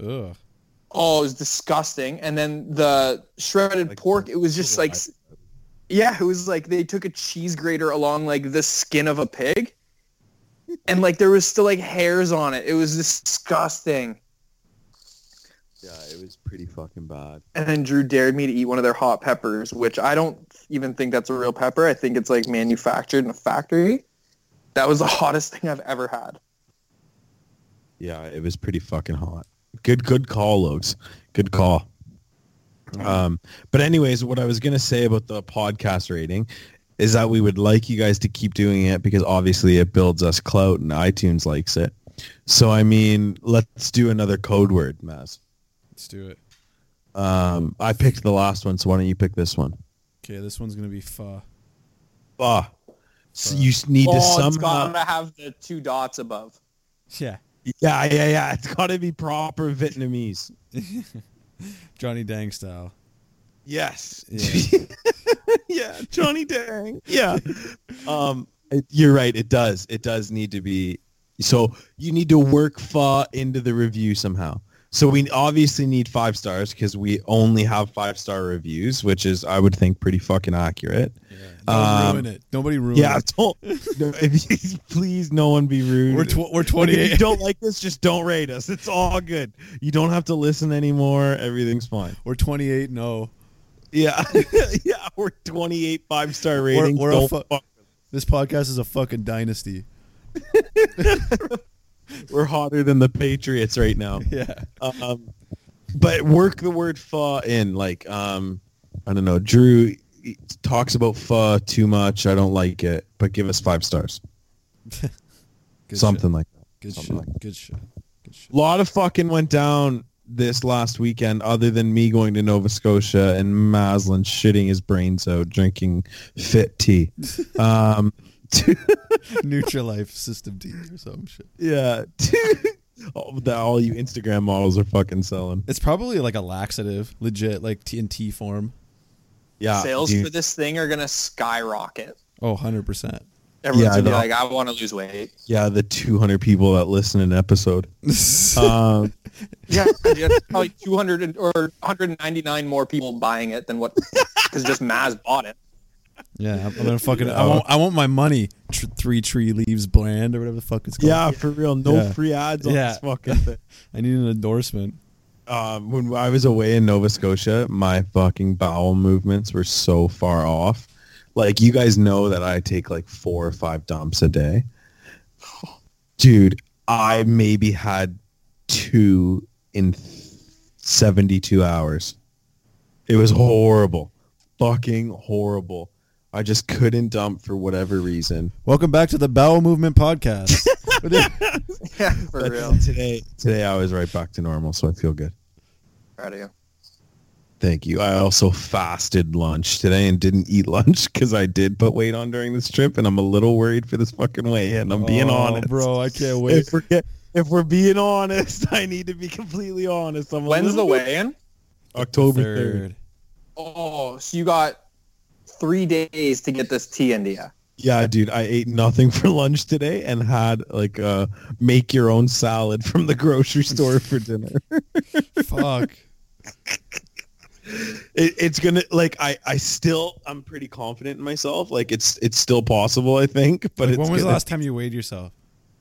Speaker 2: Ugh.
Speaker 3: Oh, it was disgusting. And then the shredded
Speaker 1: Like,
Speaker 3: pork, it was just
Speaker 1: little
Speaker 3: like, s- yeah, it was like they took a cheese grater along like the skin of a pig. And like there was still like hairs on it. It was disgusting.
Speaker 1: yeah, it was pretty fucking bad.
Speaker 3: And then Drew dared me to eat one of their hot peppers, which I don't even think that's a real pepper. I think it's like manufactured in a factory. That was the hottest thing I've ever had.
Speaker 1: Yeah, it was pretty fucking hot. Good, good call, Logs. Good call. Um, but anyways, what I was gonna say about the podcast rating is that we would like you guys to keep doing it because obviously it builds us clout and iTunes likes it. So I mean, let's do another code word, Maz.
Speaker 2: Let's do it.
Speaker 1: Um, I picked the last one, so why don't you pick this one?
Speaker 2: Okay, this one's gonna be pho.
Speaker 1: Bah. S- Ah, you s- need to
Speaker 3: Oh, it's
Speaker 1: somehow.
Speaker 3: gotta have the two dots above.
Speaker 2: Yeah.
Speaker 1: Yeah, yeah, yeah. It's got to be proper Vietnamese.
Speaker 2: Johnny Dang style.
Speaker 1: Yes.
Speaker 2: Yeah.
Speaker 1: Yeah, Johnny Dang. Yeah. Um, it- you're right. It does. It does need to be. So you need to work fa into the review somehow. So we obviously need five stars because we only have five star reviews, which is I would think pretty fucking accurate.
Speaker 2: Yeah.
Speaker 1: Um,
Speaker 2: ruin it. Nobody ruin
Speaker 1: Yeah,
Speaker 2: it.
Speaker 1: don't, no, if you- please, no one be rude.
Speaker 2: We're, tw- we're
Speaker 1: Like, if you
Speaker 2: 28.
Speaker 1: don't like this, just don't rate us. It's all good. You don't have to listen anymore. Everything's fine.
Speaker 2: We're oh. 28. No.
Speaker 1: Yeah, yeah. We're 28 five star ratings.
Speaker 2: we're a
Speaker 1: Don't
Speaker 2: fu-
Speaker 1: fuck-
Speaker 2: This podcast is a fucking dynasty.
Speaker 1: we're hotter than the Patriots right now.
Speaker 2: Yeah.
Speaker 1: Um, but work the word "fa" in. Like, um, I don't know. Drew talks about "fa" too much. I don't like it. But give us five stars.
Speaker 2: Good
Speaker 1: Something like that.
Speaker 2: Shit. Good
Speaker 1: something
Speaker 2: shit.
Speaker 1: like
Speaker 2: Good shit. Good shit.
Speaker 1: A lot of fucking went down this last weekend other than me going to Nova Scotia and Maslin shitting his brains out drinking fit tea. Um,
Speaker 2: Nutrilife System D or some shit.
Speaker 1: yeah. all, the, all you Instagram models are fucking selling.
Speaker 2: It's probably like a laxative, legit, like T in tea form.
Speaker 1: Yeah.
Speaker 3: Sales
Speaker 1: dude.
Speaker 3: for this thing are gonna skyrocket.
Speaker 2: Oh, 100%.
Speaker 3: Everyone's
Speaker 1: Yeah, I
Speaker 3: gonna be
Speaker 1: know.
Speaker 3: like, I want to lose weight.
Speaker 1: Yeah, the 200 people that listen an episode.
Speaker 2: Uh,
Speaker 1: Um,
Speaker 3: Yeah, that's probably 200 or 199 more people buying it than what because just Maz bought it.
Speaker 2: yeah, I'm, I'm gonna fucking. I
Speaker 1: Yeah.
Speaker 2: want. I want my money. Tr- three tree leaves bland or whatever the fuck it's called.
Speaker 1: yeah, for real. No
Speaker 2: Yeah.
Speaker 1: free ads on
Speaker 2: Yeah.
Speaker 1: this fucking thing.
Speaker 2: I need an endorsement.
Speaker 1: Um, when I was away in Nova Scotia, my fucking bowel movements were so far off. Like, you guys know that I take like four or five dumps a day. Dude, I maybe had two in 72 hours. It was horrible. Fucking horrible. I just couldn't dump for whatever reason.
Speaker 2: Welcome back to the Bowel Movement Podcast. With it-
Speaker 3: Yeah, for
Speaker 1: But
Speaker 3: real.
Speaker 1: Oh, today, today I was right back to normal, so I feel good.
Speaker 3: Proud of you.
Speaker 1: Thank you. I also fasted lunch today and didn't eat lunch because I did put weight on during this trip, and I'm a little worried for this fucking weigh-in. I'm being
Speaker 2: Oh,
Speaker 1: honest,
Speaker 2: bro. I can't wait.
Speaker 1: If we're get- if we're being honest, I need to be completely honest. I'm a
Speaker 3: When's the
Speaker 1: little bit-
Speaker 3: weigh-in?
Speaker 1: October third.
Speaker 3: Oh, so you got three days to get this tea India.
Speaker 1: Yeah, dude. I ate nothing for lunch today and had like a make your own salad from the grocery store for dinner.
Speaker 2: Fuck.
Speaker 1: it, it's gonna like I I still I'm pretty confident in myself. Like it's it's still possible, I think. But it's
Speaker 2: when was the
Speaker 1: gonna-
Speaker 2: last time you weighed yourself?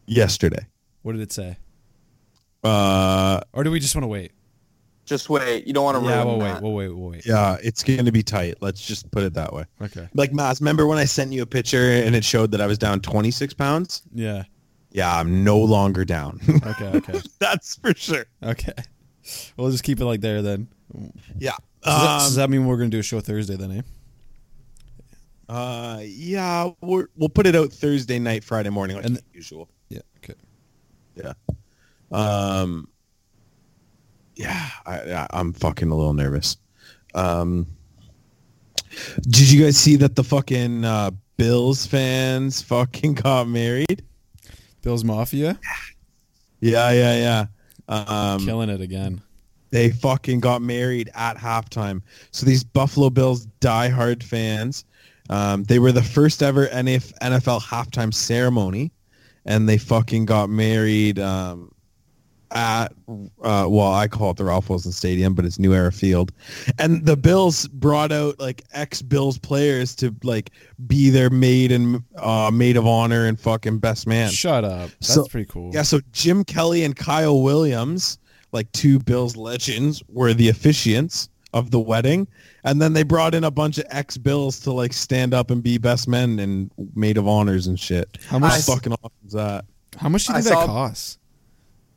Speaker 1: yesterday.
Speaker 2: What did it say?
Speaker 1: Uh,
Speaker 2: Or do we just want to wait?
Speaker 3: Just wait. You don't want to
Speaker 2: yeah,
Speaker 3: ruin
Speaker 2: we'll
Speaker 3: that.
Speaker 2: wait. We'll wait. We'll wait.
Speaker 1: yeah, it's going to be tight. Let's just put it that way.
Speaker 2: Okay.
Speaker 1: Like, Mas, remember when I sent you a picture and it showed that I was down 26 pounds?
Speaker 2: Yeah.
Speaker 1: Yeah, I'm no longer down.
Speaker 2: Okay. Okay.
Speaker 1: That's for sure.
Speaker 2: okay. We'll just keep it like there then.
Speaker 1: Yeah.
Speaker 2: Does, that, does
Speaker 1: Um,
Speaker 2: that mean we're gonna do a show Thursday then? Eh?
Speaker 1: uh, yeah, we're, we'll put it out Thursday night, Friday morning, like
Speaker 2: And-
Speaker 1: usual.
Speaker 2: Yeah. Okay.
Speaker 1: Yeah. Um, yeah, I, I, I'm fucking a little nervous. Um, did you guys see that the fucking uh, Bills fans fucking got married?
Speaker 2: Bill's Mafia
Speaker 1: Yeah, yeah, yeah. Um,
Speaker 2: killing it again.
Speaker 1: they fucking got married at halftime. So these Buffalo Bills diehard fans, um, they were the first ever NF- NFL halftime ceremony, and they fucking got married um, at uh, well, I call it the Ralph Wilson Stadium, but it's New Era Field, and the Bills brought out like ex Bills players to like be their maid and uh, maid of honor and fucking best man.
Speaker 2: Shut up. That's
Speaker 1: So-
Speaker 2: pretty cool.
Speaker 1: Yeah, so Jim Kelly and Kyle Williams, like two Bills legends, were the officiants of the wedding. And then they brought in a bunch of ex-Bills to like stand up and be best men and maid of honors and shit.
Speaker 2: How much-
Speaker 1: How fucking awesome is that?
Speaker 2: How much do you
Speaker 3: I
Speaker 2: think that
Speaker 3: saw-
Speaker 2: costs?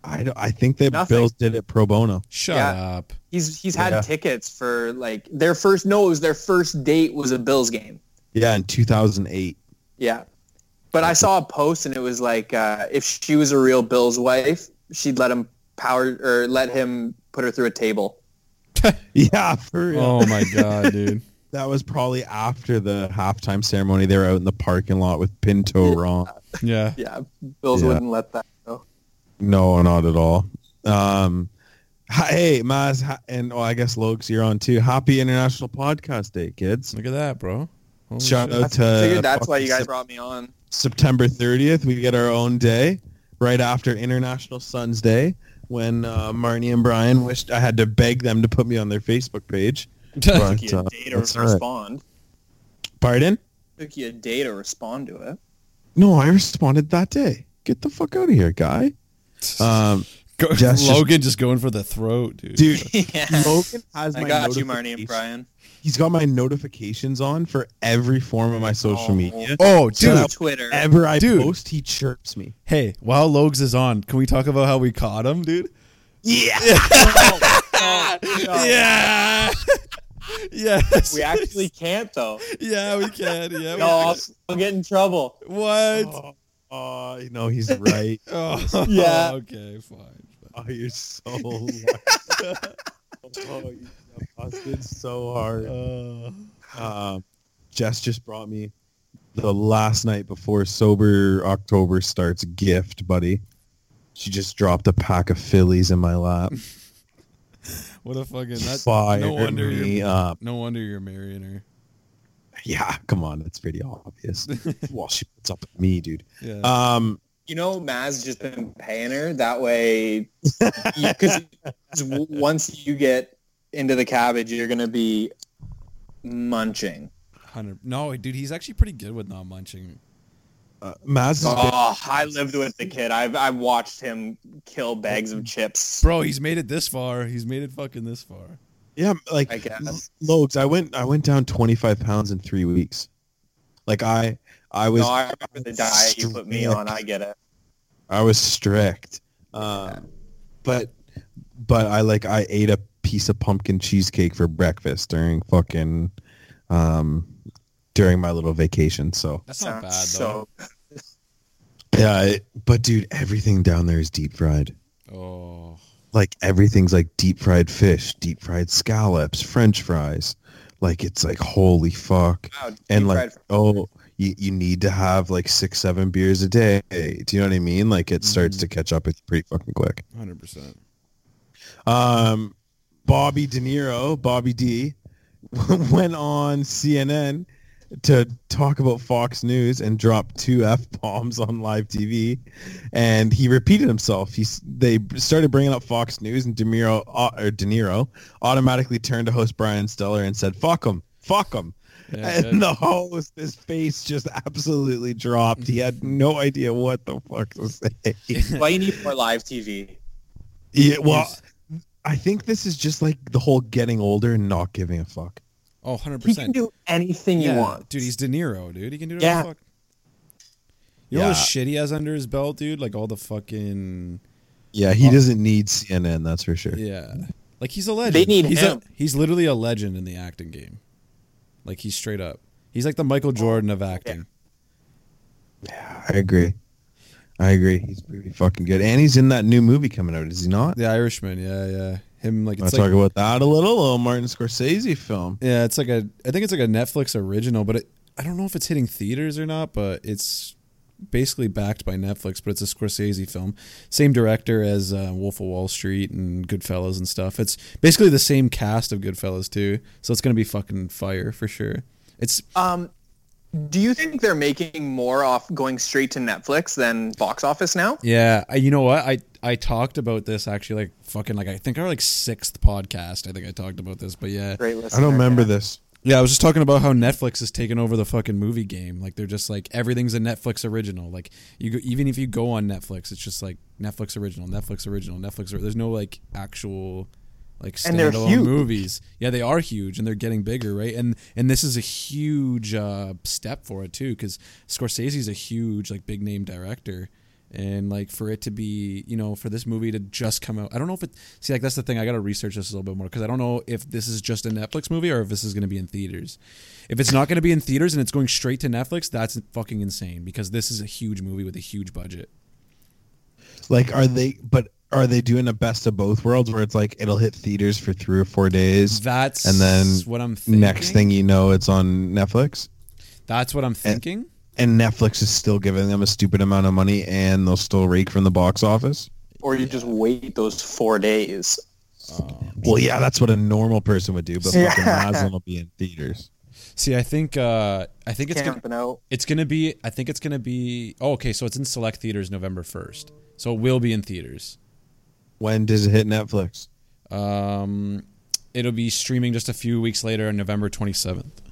Speaker 1: I, don't- I think the
Speaker 3: Nothing.
Speaker 1: Bills did it pro bono.
Speaker 2: Shut
Speaker 3: Yeah.
Speaker 2: up.
Speaker 3: He's he's had
Speaker 1: Yeah.
Speaker 3: tickets for like their first no, it was their first date was a Bills game.
Speaker 1: Yeah, in 2008.
Speaker 3: Yeah. But I saw a post and it was like uh, if she was a real Bill's wife, she'd let him power or let him put her through a table.
Speaker 1: Yeah, for real.
Speaker 2: Oh my god, dude.
Speaker 1: That was probably after the halftime ceremony. They were out in the parking lot with Pinto Ron.
Speaker 2: Yeah.
Speaker 3: Yeah, Bills
Speaker 1: Yeah.
Speaker 3: wouldn't let that go.
Speaker 1: No, not at all. Um, hi- hey, Maz, hi- and oh, I guess Lokes, you're on too. Happy International Podcast Day, kids.
Speaker 2: Look at that, bro. Holy
Speaker 1: Shout
Speaker 2: shit.
Speaker 1: out to
Speaker 3: I figured that's why you guys
Speaker 1: Sep-
Speaker 3: brought me on.
Speaker 1: September 30th. We get our own day right after International Sons Day when uh, Marnie and Brian wished I had to beg them to put me on their Facebook page. But,
Speaker 3: Took you
Speaker 1: uh,
Speaker 3: a day to
Speaker 1: that's all right.
Speaker 3: respond.
Speaker 1: Pardon?
Speaker 3: Took you a day to respond to it.
Speaker 1: No, I responded that day. Get the fuck out of here, guy. Um,
Speaker 2: Go-
Speaker 1: Jess just-
Speaker 2: Logan just going for the throat, dude.
Speaker 1: dude,
Speaker 3: Yeah.
Speaker 1: Logan has
Speaker 3: I
Speaker 1: my
Speaker 3: got you, Marnie
Speaker 1: notification-
Speaker 3: and Brian.
Speaker 1: He's got my notifications on for every form of my social
Speaker 3: Oh.
Speaker 1: media.
Speaker 2: Oh,
Speaker 1: Shut
Speaker 2: dude.
Speaker 1: up.
Speaker 3: Twitter.
Speaker 1: Ever I
Speaker 2: Dude.
Speaker 1: post, he chirps me.
Speaker 2: Hey, while Logs is on, can we talk about how we caught him, dude?
Speaker 1: Yeah.
Speaker 3: Oh,
Speaker 2: Yeah. yes.
Speaker 3: we actually can't though.
Speaker 2: Yeah, we can. Yeah.
Speaker 3: No, I'll, I'll get in trouble.
Speaker 2: we, what?
Speaker 1: Oh, oh, no, he's right.
Speaker 2: Oh.
Speaker 3: Yeah.
Speaker 2: Okay. Fine.
Speaker 1: Oh, you're so lucky. oh, you busted so hard.
Speaker 2: Uh,
Speaker 1: Um, Jess just brought me the last night before sober October starts gift, buddy. She just dropped a pack of Phillies in my lap.
Speaker 2: what a fucking. That,
Speaker 1: Fired
Speaker 2: no wonder
Speaker 1: me
Speaker 2: you're.
Speaker 1: up.
Speaker 2: No wonder you're marrying her.
Speaker 1: Yeah, come on, that's pretty obvious. well, she puts up with me, dude.
Speaker 2: Yeah.
Speaker 1: Um,
Speaker 3: You know, Maz just been paying her that way because once you get into the cabbage, you're gonna be munching.
Speaker 2: Hundred. No, dude, he's actually pretty good with not munching.
Speaker 1: uh, Maz has been-
Speaker 3: Oh, I lived with the kid. I've I watched him kill bags of chips.
Speaker 2: Bro, he's made it this far. He's made it fucking this far.
Speaker 1: yeah, like
Speaker 3: I guess.
Speaker 1: Logs, I went I went down 25 pounds in three weeks. Like I I was
Speaker 3: No, I remember the diet you put me on. I get it.
Speaker 1: I was strict. Um, but but I like I ate a piece of pumpkin cheesecake for breakfast during fucking um during my little vacation. So
Speaker 2: That's not bad though.
Speaker 3: So
Speaker 1: yeah, it, but dude, everything down there is deep fried.
Speaker 2: Oh,
Speaker 1: Like everything's like deep fried fish, deep fried scallops, French fries. Like it's like holy fuck.
Speaker 3: wow,
Speaker 1: and
Speaker 3: deep
Speaker 1: like
Speaker 3: fried-
Speaker 1: oh you, you need to have like six seven beers a day do you know what i mean like it starts
Speaker 2: Mhm.
Speaker 3: Mm-hmm.
Speaker 1: to catch up it's pretty fucking quick
Speaker 2: 100%.
Speaker 1: um bobby de niro bobby d went on cnn to talk about fox news and dropped two f-bombs on live tv and he repeated himself he s- they started bringing up fox news and de niro, au- or de niro automatically turned to host brian steller and said fuck him fuck him
Speaker 2: Yeah,
Speaker 1: and
Speaker 2: good.
Speaker 1: the host, his face just absolutely dropped. He had no idea what the fuck to say.
Speaker 3: why you need more live TV?
Speaker 1: Yeah, well,
Speaker 2: Yes.
Speaker 1: I think this is just like the whole getting older and not giving a fuck.
Speaker 2: Oh, 100%.
Speaker 3: He can do anything
Speaker 2: yeah.
Speaker 3: you want,
Speaker 2: Dude, he's De Niro, dude. He can do it.
Speaker 3: Yeah.
Speaker 2: fuck. You know all the
Speaker 1: Yeah.
Speaker 2: shit he has under his belt, dude? Like all the fucking.
Speaker 1: Yeah, he doesn't need CNN, that's for sure.
Speaker 2: Oh. Yeah. Like he's a legend.
Speaker 3: They need
Speaker 2: he's a-
Speaker 3: him.
Speaker 2: he's literally a legend in the acting game. Like he's straight up. He's like the
Speaker 3: Oh.
Speaker 2: Michael Jordan of acting.
Speaker 1: I agree. I agree. He's pretty fucking good. And he's in that new movie coming out, is he not?
Speaker 2: The Irishman, yeah, yeah. Him like
Speaker 1: I'll
Speaker 2: it's
Speaker 1: talk
Speaker 2: like
Speaker 1: about that a little, little Martin Scorsese film.
Speaker 2: yeah, it's like a I think it's like a Netflix original, but it, I don't know if it's hitting theaters or not, but it's basically backed by Netflix, but it's a Scorsese film. Same director as uh, Wolf of Wall Street and Goodfellas and stuff. It's basically the same cast of Goodfellas too. So it's going to be fucking fire for sure. It's
Speaker 3: Um, do you think they're making more off going straight to Netflix than box office now?
Speaker 2: Yeah, I, you know what? I I talked about this actually, like fucking, like I think our like sixth podcast. I think I talked about this, but yeah,
Speaker 3: Great
Speaker 1: I
Speaker 3: listener.
Speaker 1: don't remember
Speaker 3: yeah.
Speaker 1: this.
Speaker 2: yeah. I was just talking about how Netflix is taking over the fucking movie game. Like they're just like everything's a Netflix original. Like you go, even if you go on Netflix, it's just like Netflix original, Netflix original, Netflix. ori- There's no like actual like
Speaker 3: And they're
Speaker 2: standalone
Speaker 3: huge.
Speaker 2: movies. Yeah, they are huge and they're getting bigger, right? And and this is a huge uh, step for it too, because Scorsese's a huge like big name director, and like for it to be you know for this movie to just come out, I don't know if it see like that's the thing I got to research this a little bit more because I don't know if this is just a Netflix movie or if this is going to be in theaters. If it's not going to be in theaters and it's going straight to Netflix, that's fucking insane because this is a huge movie with a huge budget.
Speaker 1: Like, are they, but are they doing a best of both worlds where it's like it'll hit theaters for three or four days?
Speaker 2: That's
Speaker 1: And then
Speaker 2: what I'm thinking.
Speaker 1: Next thing you know, it's on Netflix,
Speaker 2: That's what I'm thinking.
Speaker 1: and Netflix is still giving them a stupid amount of money, and they'll still rake from the box office.
Speaker 3: Or you just wait those four days.
Speaker 1: Well, yeah, that's what a normal person would do, but
Speaker 3: Yeah.
Speaker 1: fucking Aslan will be in theaters.
Speaker 2: See, I think uh I think it's gonna,
Speaker 3: Camping out.
Speaker 2: it's gonna be I think it's gonna be oh okay, so it's in select theaters November first. So it will be in theaters.
Speaker 1: When does it hit Netflix?
Speaker 2: Um it'll be streaming just a few weeks later on November twenty seventh.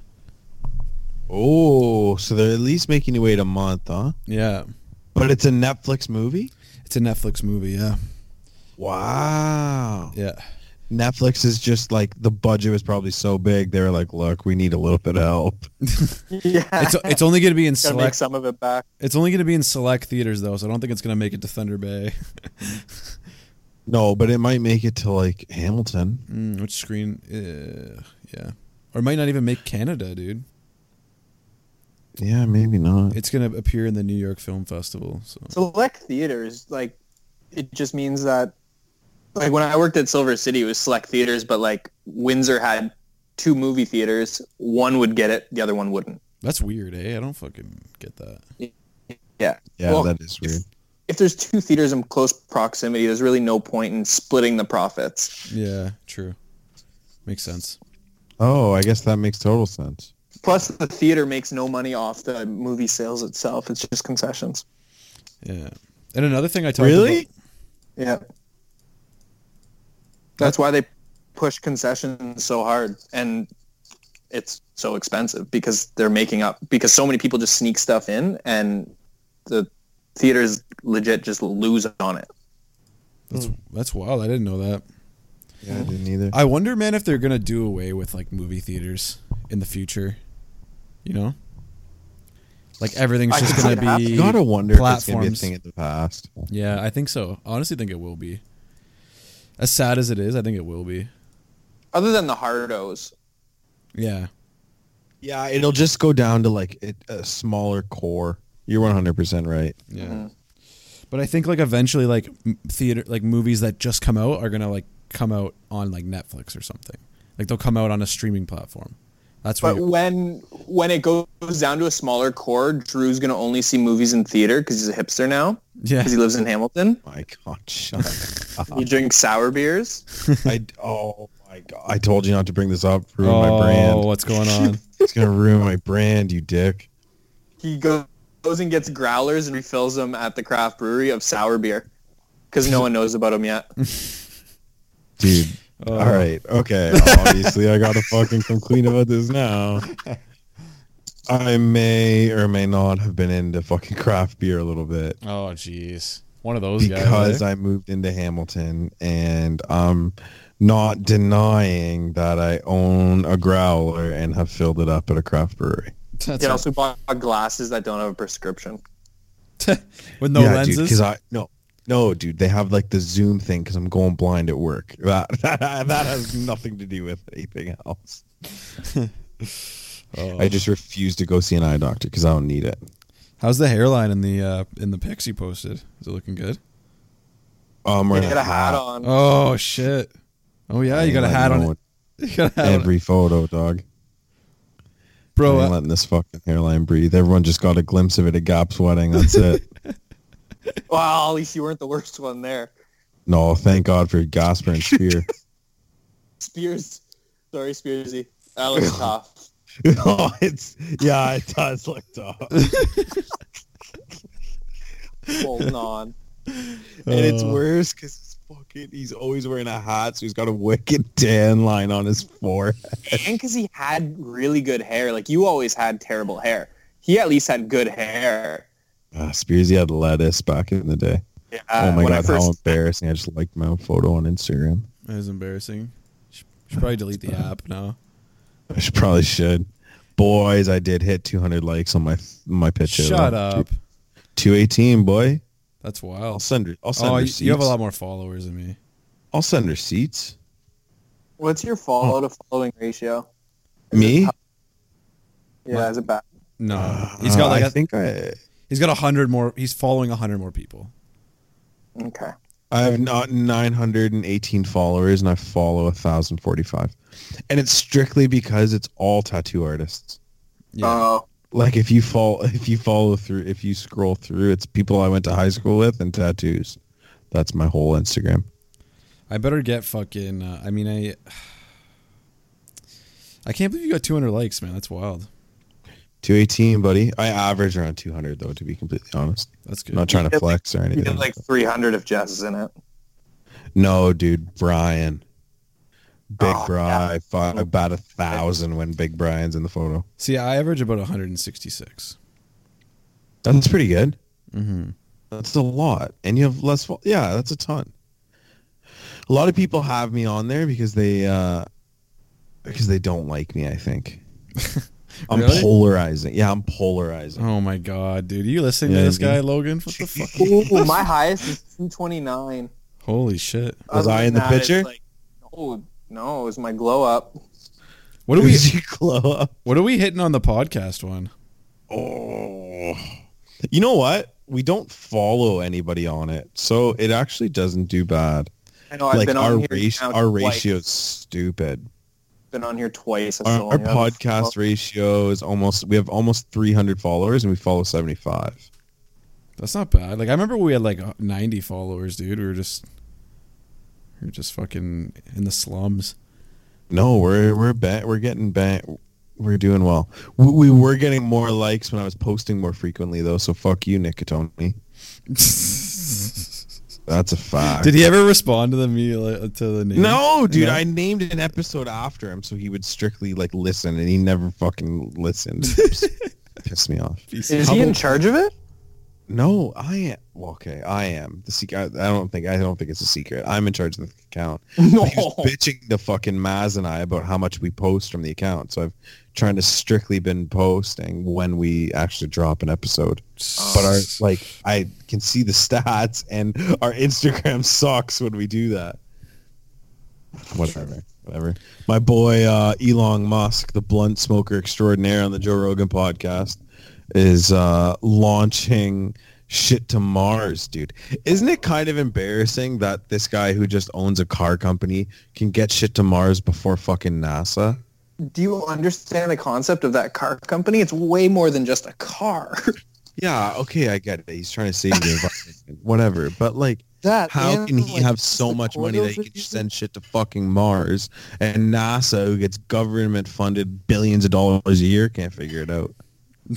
Speaker 1: Oh, so they're at least making you wait a month, huh?
Speaker 2: Yeah.
Speaker 1: But it's a Netflix movie?
Speaker 2: It's a Netflix movie, yeah.
Speaker 1: Wow.
Speaker 2: Yeah.
Speaker 1: Netflix is just like the budget was probably so big they were like, look, we need a little bit of help.
Speaker 3: Yeah.
Speaker 2: It's it's only gonna be in
Speaker 3: Gotta make
Speaker 2: select
Speaker 3: some of it back.
Speaker 2: it's only gonna be in select theaters though, so I don't think it's gonna make it to Thunder Bay.
Speaker 1: No, but it might make it to like Hamilton.
Speaker 2: Mm, which screen? Uh, yeah, or it might not even make Canada, dude.
Speaker 1: Yeah, maybe not.
Speaker 2: It's gonna appear in the New York Film Festival. So
Speaker 3: Select theaters, like, it just means that, like, when I worked at Silver City, it was select theaters, but, like, Windsor had two movie theaters. One would get it, the other one wouldn't.
Speaker 2: that's weird, eh? I don't fucking get that.
Speaker 3: Yeah.
Speaker 1: yeah,
Speaker 3: Well,
Speaker 1: that is weird.
Speaker 3: If there's two theaters in close proximity, there's really no point in splitting the profits.
Speaker 2: Yeah, true. Makes sense.
Speaker 1: Oh, I guess that makes total sense.
Speaker 3: Plus, the theater makes no money off the movie sales itself. It's just concessions.
Speaker 2: Yeah. And another thing I talked
Speaker 1: Really?
Speaker 2: about-
Speaker 3: Yeah. That's why they push concessions so hard and it's so expensive because they're making up because so many people just sneak stuff in and the theaters legit just lose on it.
Speaker 2: that's
Speaker 1: Hmm.
Speaker 2: that's wild. I didn't know that.
Speaker 1: Yeah, I didn't either.
Speaker 2: I wonder, man, if they're gonna do away with like movie theaters in the future. You know, like everything's
Speaker 3: I
Speaker 2: just
Speaker 3: could see
Speaker 2: gonna
Speaker 3: it happen.
Speaker 2: be.
Speaker 1: You gotta wonder if it's gonna be a
Speaker 2: platforms.
Speaker 1: thing in the past.
Speaker 2: Yeah, I think so. I honestly think it will be. As sad as it is, I think it will be.
Speaker 3: Other than the hardos.
Speaker 2: Yeah.
Speaker 1: Yeah, it'll just go down to like it, a smaller core. You're 100% right.
Speaker 2: Yeah. But I think like eventually like m- theater like movies that just come out are going to like come out on like Netflix or something. Like they'll come out on a streaming platform. That's
Speaker 3: But
Speaker 2: what
Speaker 3: when when it goes down to a smaller core, Drew's gonna only see movies in theater because he's a hipster now.
Speaker 2: Yeah.
Speaker 3: Because he lives in Hamilton.
Speaker 1: My God, shut up.
Speaker 3: He drinks sour beers.
Speaker 1: I, oh my God. I told you not to bring this up. Ruin
Speaker 2: Oh,
Speaker 1: my brand.
Speaker 2: what's going on?
Speaker 1: It's going to ruin my brand, you dick.
Speaker 3: he goes and gets growlers and refills them at the craft brewery of sour beer because no one knows about him yet.
Speaker 1: Dude. All right. Okay. Obviously, I got to fucking come clean about this now. I may or may not have been into fucking craft beer a little bit
Speaker 2: oh jeez. One of those guys. eh?
Speaker 1: because I moved into Hamilton and I'm not denying that I own a growler and have filled it up at a craft brewery.
Speaker 3: He also bought glasses that don't have a prescription.
Speaker 2: with no
Speaker 1: dude,
Speaker 2: lenses.
Speaker 1: because I no, no, dude. They have like the Zoom thing because I'm going blind at work. That that, that has nothing to do with anything else.
Speaker 2: Oh.
Speaker 1: I just refuse to go see an eye doctor because I don't need it.
Speaker 2: How's the hairline in the uh in the pics you posted? Is it looking good?
Speaker 1: Um,
Speaker 3: He
Speaker 1: wearing
Speaker 3: had a hat on.
Speaker 2: Oh shit. Oh yeah, you got a
Speaker 1: Ain't
Speaker 2: hat
Speaker 1: letting
Speaker 2: on
Speaker 1: no
Speaker 2: it. You got a hat on it.
Speaker 1: Every photo, dog.
Speaker 2: Bro,
Speaker 1: ain't
Speaker 2: uh,
Speaker 1: letting this fucking hairline breathe. Everyone just got a glimpse of it at Gap's wedding. That's it.
Speaker 3: Well, at least you weren't the worst one there.
Speaker 1: no, thank God for Gosper and Spear.
Speaker 3: Spears. Sorry, Spearsy. That looks tough.
Speaker 1: oh, it's yeah, it does look tough.
Speaker 3: Holding on.
Speaker 1: and it's
Speaker 2: Uh.
Speaker 1: worse because it's fucking. He's always wearing a hat, so he's got a wicked tan line on his forehead.
Speaker 3: And because he had really good hair. Like, you always had terrible hair. He at least had good hair.
Speaker 1: Uh, Spearsy had lettuce back in the day.
Speaker 3: Yeah,
Speaker 1: oh my
Speaker 3: when I
Speaker 1: god, how
Speaker 3: first-
Speaker 1: embarrassing! I just liked my own photo on Instagram.
Speaker 2: that is embarrassing. Should, should probably delete
Speaker 1: Uh,
Speaker 2: the app now.
Speaker 1: I should, probably should. Boys, I did hit 200 likes on my my picture.
Speaker 2: Shut
Speaker 1: though.
Speaker 2: up.
Speaker 1: 218, boy.
Speaker 2: That's
Speaker 1: I'll
Speaker 2: wild.
Speaker 1: send her. I'll send
Speaker 2: Oh,
Speaker 1: her
Speaker 2: you,
Speaker 1: seats.
Speaker 2: you have a lot more followers than me.
Speaker 1: I'll send her seats.
Speaker 3: What's your follow
Speaker 1: Oh.
Speaker 3: to following ratio?
Speaker 1: Me?
Speaker 3: Yeah, is it bad?
Speaker 2: No, he's got
Speaker 1: Uh,
Speaker 2: like
Speaker 1: I
Speaker 2: a,
Speaker 1: think I.
Speaker 2: he's got a hundred more. He's following a hundred more people.
Speaker 3: Okay.
Speaker 1: I have not 918 followers and I follow 1,045. And it's strictly because it's all tattoo artists.
Speaker 2: Yeah.
Speaker 3: Oh,
Speaker 1: Like if you fall, if you follow through, if you scroll through, it's people I went to high school with and tattoos. That's my whole Instagram.
Speaker 2: I better get fucking. Uh, I mean, I. I can't believe you got 200 likes, man. That's wild.
Speaker 1: 218, buddy. I average around 200 though, to be completely honest.
Speaker 2: That's good.
Speaker 1: I'm not trying to
Speaker 3: Yeah, like-
Speaker 1: flex or
Speaker 3: you
Speaker 1: anything.
Speaker 3: did like 300 if Jess is in it.
Speaker 1: No, dude, Brian. Big
Speaker 3: Oh,
Speaker 1: Bri, fi- about a thousand when Big Brian's in the photo.
Speaker 2: See, I average about 166.
Speaker 1: That's pretty good.
Speaker 2: Mm-hmm.
Speaker 1: That's a lot, and you have less. Fo- yeah, that's a ton. A lot of people have me on there because they uh, because they don't like me. I think I'm
Speaker 2: Really?
Speaker 1: polarizing. Yeah, I'm polarizing.
Speaker 2: Oh my god, dude! you listening to
Speaker 1: Yeah,
Speaker 2: this
Speaker 1: dude.
Speaker 2: guy, Logan? What the fuck?
Speaker 3: Ooh, my highest is 229.
Speaker 2: Holy shit!
Speaker 1: Was
Speaker 3: Other
Speaker 1: I in
Speaker 3: than
Speaker 1: the
Speaker 3: that, it's
Speaker 1: picture?
Speaker 3: Like, no, no, it was my glow up.
Speaker 2: What are we?
Speaker 1: Did you glow up?
Speaker 2: What are we hitting on the podcast one?
Speaker 1: Oh, you know what? We don't follow anybody on it, so it actually doesn't do bad.
Speaker 3: I know Oh, I've
Speaker 1: like
Speaker 3: been on
Speaker 1: our
Speaker 3: here
Speaker 1: ratio,
Speaker 3: now
Speaker 1: our
Speaker 3: twice.
Speaker 1: ratio's stupid.
Speaker 3: Been on here twice. I
Speaker 1: Our,
Speaker 3: still
Speaker 1: our
Speaker 3: only have-
Speaker 1: podcast ratio is almost. We have almost 300 followers, and we follow 75.
Speaker 2: That's not bad. Like I remember we had like 90 followers, dude. We were just, we were just fucking in the slums.
Speaker 1: No, we're we're ba- we're getting back. We're doing well. We, we were getting more likes when I was posting more frequently, though. So fuck you, Nicotone. That's a fact.
Speaker 2: Did he ever respond to the me to the name?
Speaker 1: No, dude.
Speaker 2: No?
Speaker 1: I named an episode after him, so he would strictly like listen, and he never fucking listened. Pissed me off.
Speaker 3: Is he
Speaker 2: "Oh,
Speaker 3: in charge of it?
Speaker 1: No, I am. Well, okay, I am the secret. I I don't think. I don't think it's a secret. I'm in charge of the account.
Speaker 3: No.
Speaker 1: He was bitching to fucking Maz and I about how much we post from the account. So I've trying to strictly been posting when we actually drop an episode. But
Speaker 2: Um,
Speaker 1: our like I can see the stats and our Instagram sucks when we do that. Whatever. Whatever. My boy uh, Elon Musk, the blunt smoker extraordinaire on the Joe Rogan podcast, is uh, launching shit to Mars, dude. Isn't it kind of embarrassing that this guy who just owns a car company can get shit to Mars before fucking NASA?
Speaker 3: Do you understand the concept of that car company? It's way more than just a car.
Speaker 1: Yeah, okay, I get it. He's trying to save the environment, whatever. But like,
Speaker 3: that
Speaker 1: how
Speaker 3: and,
Speaker 1: can he
Speaker 3: like,
Speaker 1: have so
Speaker 3: the
Speaker 1: much money that he
Speaker 3: coils
Speaker 1: can
Speaker 3: you-
Speaker 1: send shit to fucking Mars and NASA, who gets government funded billions of dollars a year, can't figure it out?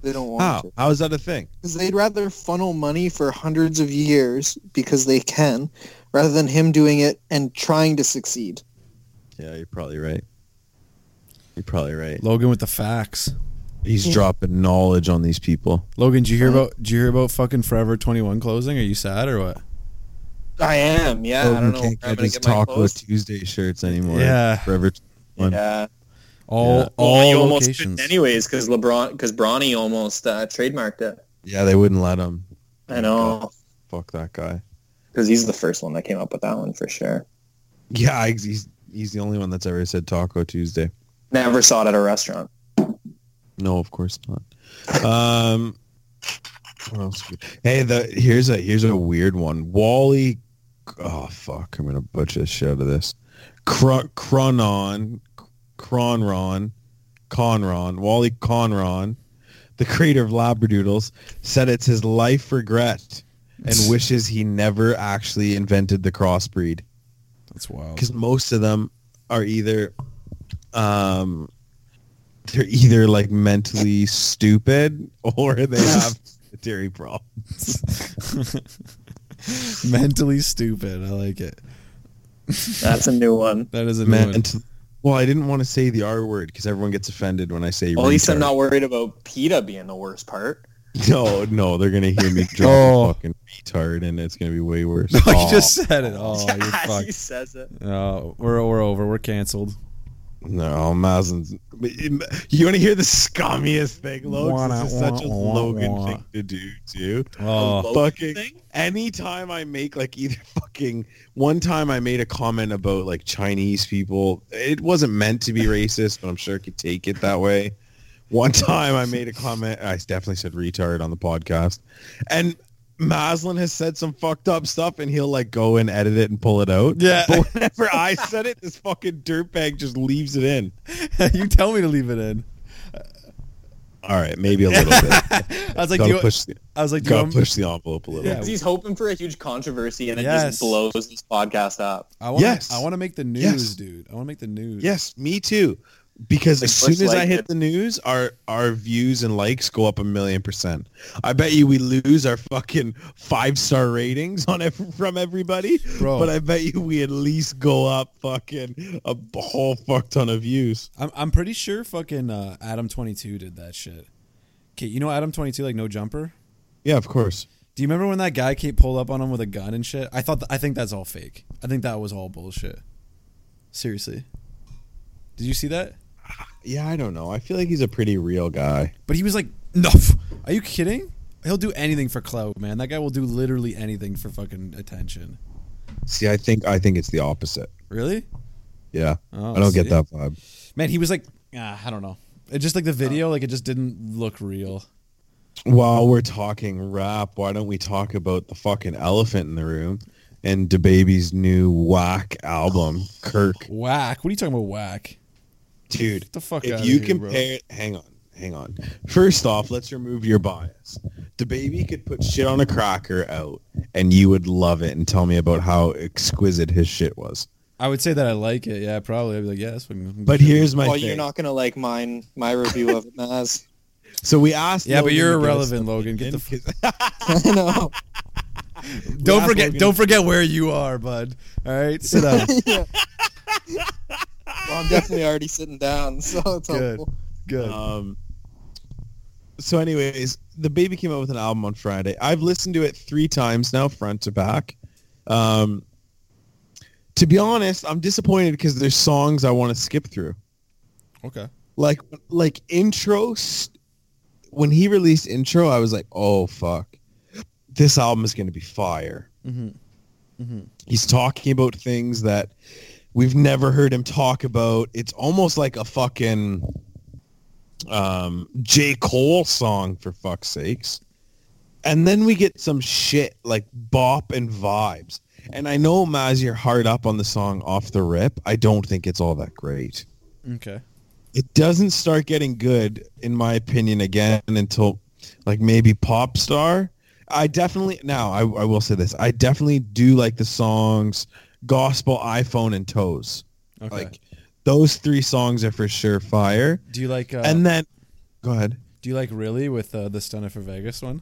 Speaker 3: They don't want
Speaker 1: How?
Speaker 3: to.
Speaker 1: How is that a thing?
Speaker 3: Because they'd rather funnel money for hundreds of years because they can, rather than him doing it and trying to succeed.
Speaker 1: Yeah, you're probably right. You're probably right.
Speaker 2: Logan with the facts.
Speaker 1: He's
Speaker 3: Yeah.
Speaker 1: dropping knowledge on these people.
Speaker 2: Logan, did you hear about? Did you hear about fucking Forever 21 closing? Are you sad or what?
Speaker 3: I am, yeah.
Speaker 2: Oh,
Speaker 3: I
Speaker 1: Logan
Speaker 3: don't know
Speaker 1: can't
Speaker 3: where I'm
Speaker 1: get
Speaker 3: gonna
Speaker 1: his
Speaker 3: get my
Speaker 1: Taco
Speaker 3: clothes.
Speaker 1: Tuesday shirts anymore.
Speaker 2: Yeah.
Speaker 1: Forever. One.
Speaker 3: Yeah.
Speaker 2: All
Speaker 1: Yeah.
Speaker 2: all
Speaker 3: you almost
Speaker 2: locations.
Speaker 3: couldn't anyways because LeBron because Bronny almost uh, trademarked it.
Speaker 1: Yeah, they wouldn't let him.
Speaker 2: Oh
Speaker 3: I know
Speaker 1: Fuck that guy.
Speaker 3: because he's the first one that came up with that one for sure.
Speaker 1: Yeah, I- he's he's the only one that's ever said Taco Tuesday.
Speaker 3: Never saw it at a restaurant.
Speaker 1: No, of course not. Um, what else? Hey, the here's a here's a weird one. Wally. Oh fuck! I'm gonna butcher the shit out of this. Cr- Cronon, Cronron, Conron, Wally Conron, the creator of Labradoodles, said it's his life regret and wishes he never actually invented the crossbreed
Speaker 2: That's wild.
Speaker 1: because most of them are either um they're either like mentally stupid or they have dairy problem
Speaker 2: Mentally stupid. I like it.
Speaker 3: That's a new one.
Speaker 2: That is a new one.
Speaker 1: Ment- well i didn't want to say the r word because everyone gets offended when i say
Speaker 3: Well, at least I'm
Speaker 1: retard.
Speaker 3: not worried about PETA being the worst part.
Speaker 1: no no they're gonna hear me drop
Speaker 2: Oh.
Speaker 1: fucking retard and it's gonna be way worse
Speaker 2: No,
Speaker 1: Aw.
Speaker 2: you just said it. Oh, you
Speaker 3: Yes,
Speaker 2: fuck.
Speaker 3: he says it.
Speaker 2: Oh, we're we're over. We're canceled.
Speaker 1: no Mazen's. you want to hear the scummiest thing Logan? this is
Speaker 2: Wah,
Speaker 1: such a
Speaker 2: wah, wah,
Speaker 1: logan
Speaker 2: wah.
Speaker 1: thing to do too
Speaker 2: Oh,
Speaker 3: Logan
Speaker 1: fucking
Speaker 3: thing?
Speaker 1: anytime I make like either fucking one time I made a comment about like Chinese people. It wasn't meant to be racist, but I'm sure I could take it that way. One time I made a comment. I definitely said retard on the podcast, and Maslin has said some fucked up stuff and he'll like go and edit it and pull it out.
Speaker 2: Yeah.
Speaker 1: But whenever I said it, this fucking dirtbag just leaves it in.
Speaker 2: you tell me to leave it in.
Speaker 1: All right, maybe a little bit.
Speaker 2: I was like, do
Speaker 1: gotta
Speaker 2: you,
Speaker 1: push the,
Speaker 2: I was like, do you
Speaker 1: gotta
Speaker 2: want,
Speaker 1: push the envelope a little.
Speaker 2: Yeah.
Speaker 1: bit.
Speaker 3: He's hoping for a huge controversy and it
Speaker 2: Yes.
Speaker 3: just blows this podcast up.
Speaker 2: I want,
Speaker 1: Yes.
Speaker 2: I want to make the news,
Speaker 1: Yes.
Speaker 2: dude. I want to make the news.
Speaker 1: Yes, me too. Because as
Speaker 3: Bush
Speaker 1: soon as I
Speaker 3: liked
Speaker 1: hit
Speaker 3: it.
Speaker 1: the news, our our views and likes go up a million percent. I bet you we lose our fucking five star ratings on ev- from everybody,
Speaker 2: Bro.
Speaker 1: but I bet you we at least go up fucking a b- whole fuck ton of views.
Speaker 2: I'm, I'm pretty sure fucking uh, Adam 22 did that shit. Okay, you know Adam 22, like no jumper.
Speaker 1: Yeah, of course.
Speaker 2: Do you remember when that guy came pulled up on him with a gun and shit? I thought th- I think that's all fake. I think that was all bullshit. Seriously, did you see that?
Speaker 1: Yeah, I don't know. I feel like he's a pretty real guy.
Speaker 2: But he was like, "No, f- are you kidding? He'll do anything for clout, man. That guy will do literally anything for fucking attention."
Speaker 1: See, I think I think it's the opposite.
Speaker 2: Really?
Speaker 1: Yeah,
Speaker 2: Oh,
Speaker 1: I don't
Speaker 2: see?
Speaker 1: get that vibe.
Speaker 2: Man, he was like, ah, I don't know. It just like the video, like it just didn't look real.
Speaker 1: While we're talking rap, why don't we talk about the fucking elephant in the room and DaBaby's new whack album,
Speaker 2: Oh,
Speaker 1: Kirk?
Speaker 2: Whack. What are you talking about? Whack.
Speaker 1: Dude,
Speaker 2: the fuck
Speaker 1: if
Speaker 2: outta
Speaker 1: you
Speaker 2: here, bro.
Speaker 1: compare, hang on, hang on. First off, let's remove your bias. DaBaby could put shit on a cracker out, and you would love it and tell me about how exquisite his shit was.
Speaker 2: I would say that I like it. Yeah, probably. I'd be like, yeah, that's fucking.
Speaker 1: But here's my
Speaker 3: well,
Speaker 1: thing.
Speaker 3: you're not gonna like mine. My review of it, Maz.
Speaker 1: so we asked.
Speaker 2: Yeah, but
Speaker 1: Logan
Speaker 2: you're
Speaker 1: to give us
Speaker 2: irrelevant, Logan. Get the
Speaker 1: opinion,
Speaker 2: f-
Speaker 1: 'cause-
Speaker 3: I know.
Speaker 2: don't
Speaker 1: asked
Speaker 2: forget.
Speaker 1: Logan-
Speaker 2: Don't forget where you are, bud. All right, sit down.
Speaker 3: Well, I'm definitely already sitting down, so it's
Speaker 2: Good.
Speaker 3: helpful.
Speaker 2: Good.
Speaker 1: Um, so, anyways, the baby came out with an album on Friday. I've listened to it three times now, front to back. Um, to be honest, I'm disappointed because there's songs I want to skip through.
Speaker 2: okay.
Speaker 1: Like, like intro. s- When he released intro, I was like, "Oh fuck, this album is going to be fire."
Speaker 2: Mm-hmm.
Speaker 1: He's talking about things that we've never heard him talk about. It's almost like a fucking um, J. Cole song, for fuck's sakes. And then we get some shit like bop and vibes. And I know, Maz, you're hard up on the song off the rip. I don't think it's all that great.
Speaker 2: Okay.
Speaker 1: It doesn't start getting good, in my opinion, again until like maybe pop star. I definitely now I, I will say this. I definitely do like the songs Gospel, iPhone, and Toes.
Speaker 2: Okay.
Speaker 1: Like those three songs are for sure fire.
Speaker 2: do you like? Uh,
Speaker 1: and then go ahead.
Speaker 2: do you like really with uh, the Stunner for Vegas one?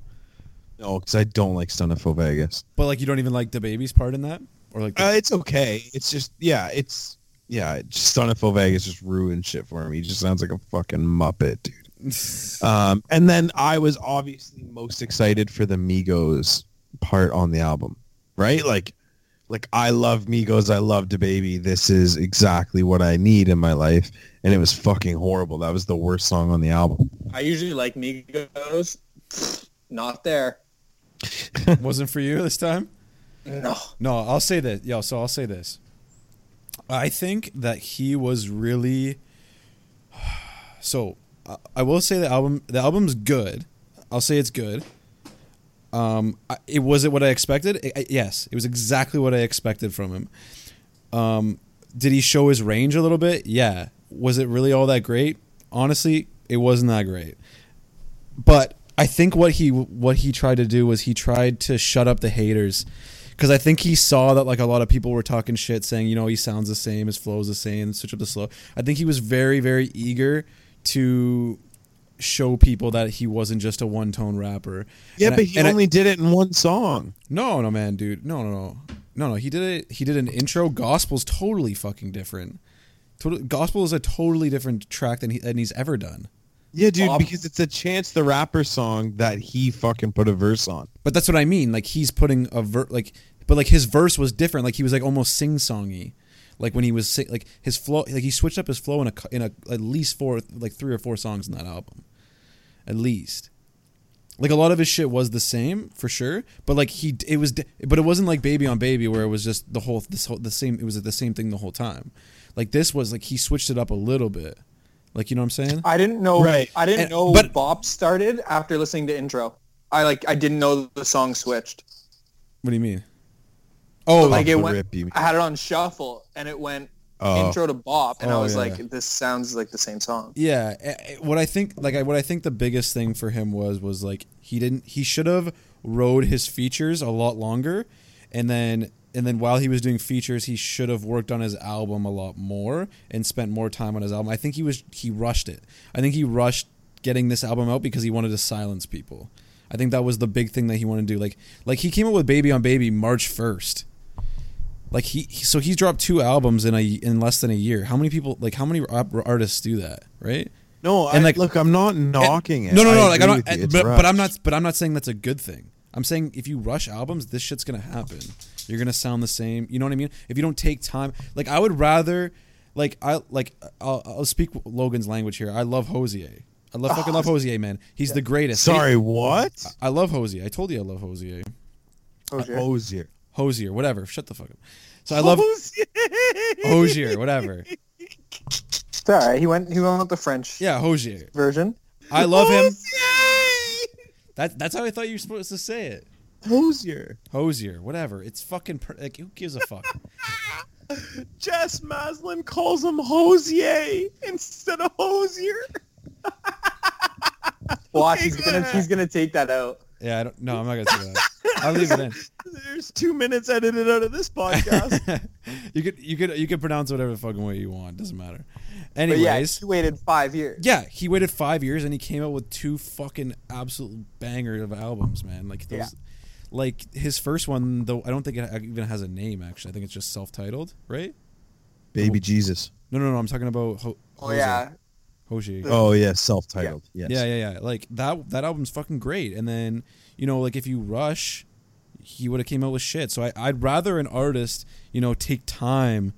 Speaker 1: No, because I don't like Stunafo Vegas.
Speaker 2: But like, you don't even like the baby's part in that, or like. The-
Speaker 1: Uh, it's okay. It's just yeah. It's yeah. Stunafo Vegas just ruined shit for me. He just sounds like a fucking muppet, dude. Um, and then I was obviously most excited for the Migos part on the album, right? Like, like I love Migos, I love DaBaby. This is exactly what I need in my life, and it was fucking horrible. That was the worst song on the album.
Speaker 3: I usually like Migos. Not there.
Speaker 2: wasn't for you this time.
Speaker 3: No.
Speaker 2: No, I'll say this. Yo, so I'll say this. I think that he was really. So I- I will say the album. The album's good. I'll say it's good. Um, I, it was it what I expected. I- I- yes, it was exactly what I expected from him. Um, did he show his range a little bit? Yeah. Was it really all that great? Honestly, it wasn't that great. But I think what he what he tried to do was he tried to shut up the haters because I think he saw that like a lot of people were talking shit, saying you know he sounds the same, his flow's the same, switch up the slow. I think he was very very eager to show people that he wasn't just a one tone rapper.
Speaker 1: Yeah,
Speaker 2: And I-
Speaker 1: but he
Speaker 2: and I-
Speaker 1: only did it in one song.
Speaker 2: no, no, man, dude. No, no, no. No, no. He did it. He did an intro. Gospel's totally fucking different. Total, gospel is a totally different track than, he, than he's ever done.
Speaker 1: Yeah, dude,
Speaker 3: Bob-
Speaker 1: because it's a Chance the Rapper song that he fucking put a verse on.
Speaker 2: But that's what I mean. Like he's putting a ver- like, but like his verse was different. Like he was like almost sing songy. Like when he was sing- like his flow, like he switched up his flow in a cou- in a at least four like three or four songs in that album, at least. Like a lot of his shit was the same for sure, but like he d- it was di- but it wasn't like Baby on Baby where it was just the whole this whole the same it was the same thing the whole time. Like this was like he switched it up a little bit. Like you know what I'm saying?
Speaker 3: I didn't know.
Speaker 1: Right.
Speaker 3: I didn't
Speaker 2: And-
Speaker 3: know
Speaker 2: but-
Speaker 3: Bop started after listening to intro. I like I didn't know the song switched.
Speaker 2: What do you mean? Oh,
Speaker 3: like it
Speaker 1: the
Speaker 3: went.
Speaker 1: rip, you mean.
Speaker 3: I had it on shuffle and it went
Speaker 1: Oh.
Speaker 3: intro to bop, and I
Speaker 2: Oh,
Speaker 3: was
Speaker 2: yeah,
Speaker 3: like,
Speaker 2: yeah.
Speaker 3: this sounds like the same song.
Speaker 2: Yeah, eh, eh, what I think, like, I, what I think the biggest thing for him was, was like he didn't, he should have rode his features a lot longer, and then, and then while he was doing features, he should have worked on his album a lot more and spent more time on his album. I think he was, he rushed it. I think he rushed getting this album out because he wanted to silence people. I think that was the big thing that he wanted to do. Like, like he came out with Baby on Baby March first. Like he, he- so he's dropped two albums in a in less than a year. How many people like how many rap- artists do that, right?
Speaker 1: No,
Speaker 2: And,
Speaker 1: I,
Speaker 2: like-
Speaker 1: look, I'm not knocking it.
Speaker 2: No, no,
Speaker 1: I
Speaker 2: no. like I'm
Speaker 1: agree
Speaker 2: not,
Speaker 1: with you. It's
Speaker 2: but, but I'm
Speaker 1: rushed.
Speaker 2: not, but I'm not saying that's a good thing. I'm saying if you rush albums, this shit's gonna happen. You're gonna sound the same. You know what I mean? If you don't take time, like I would rather, like I like I'll, I'll speak Logan's language here. I love Hosier. I love fucking love Hosier, man. He's the greatest.
Speaker 1: Sorry, what?
Speaker 2: I love Hosier. I told you I love Hosier.
Speaker 3: Hosier.
Speaker 1: Osier.
Speaker 2: Hosier, whatever. Shut the fuck up. So I love Hosier, whatever.
Speaker 3: It's all right. He went. He went with the French
Speaker 2: Yeah, Hosier.
Speaker 3: version.
Speaker 2: I love him.
Speaker 1: Osier.
Speaker 2: That, that's how I thought you were supposed to say it.
Speaker 1: Osier.
Speaker 2: Hosier, whatever. It's fucking per- like who gives a fuck?
Speaker 1: Jess Maslin calls him Hosier instead of Hosier.
Speaker 3: Watch. He's gonna. He's gonna take that out.
Speaker 2: yeah, I don't. No, I'm not gonna say that. I'll leave it in.
Speaker 1: There's two minutes edited out of this podcast.
Speaker 2: you could you could you could pronounce it whatever fucking way you want. Doesn't matter.
Speaker 3: But yeah,
Speaker 2: Anyways,
Speaker 3: he waited five years.
Speaker 2: yeah, he waited five years and he came out with two fucking absolute banger of albums, man. Like those,
Speaker 3: Yeah.
Speaker 2: like his first one though. I don't think it even has a name. Actually, I think it's just self-titled, right?
Speaker 1: Baby Jesus.
Speaker 2: No, no, no. I'm talking about Ho-
Speaker 3: Oh yeah.
Speaker 2: Hoshi.
Speaker 1: Oh yeah, self-titled. Yes.
Speaker 2: Yeah, yeah, yeah. Like that that album's fucking great. And then, you know, like if you rush, he would have came out with shit. So I, I'd rather an artist, you know, take time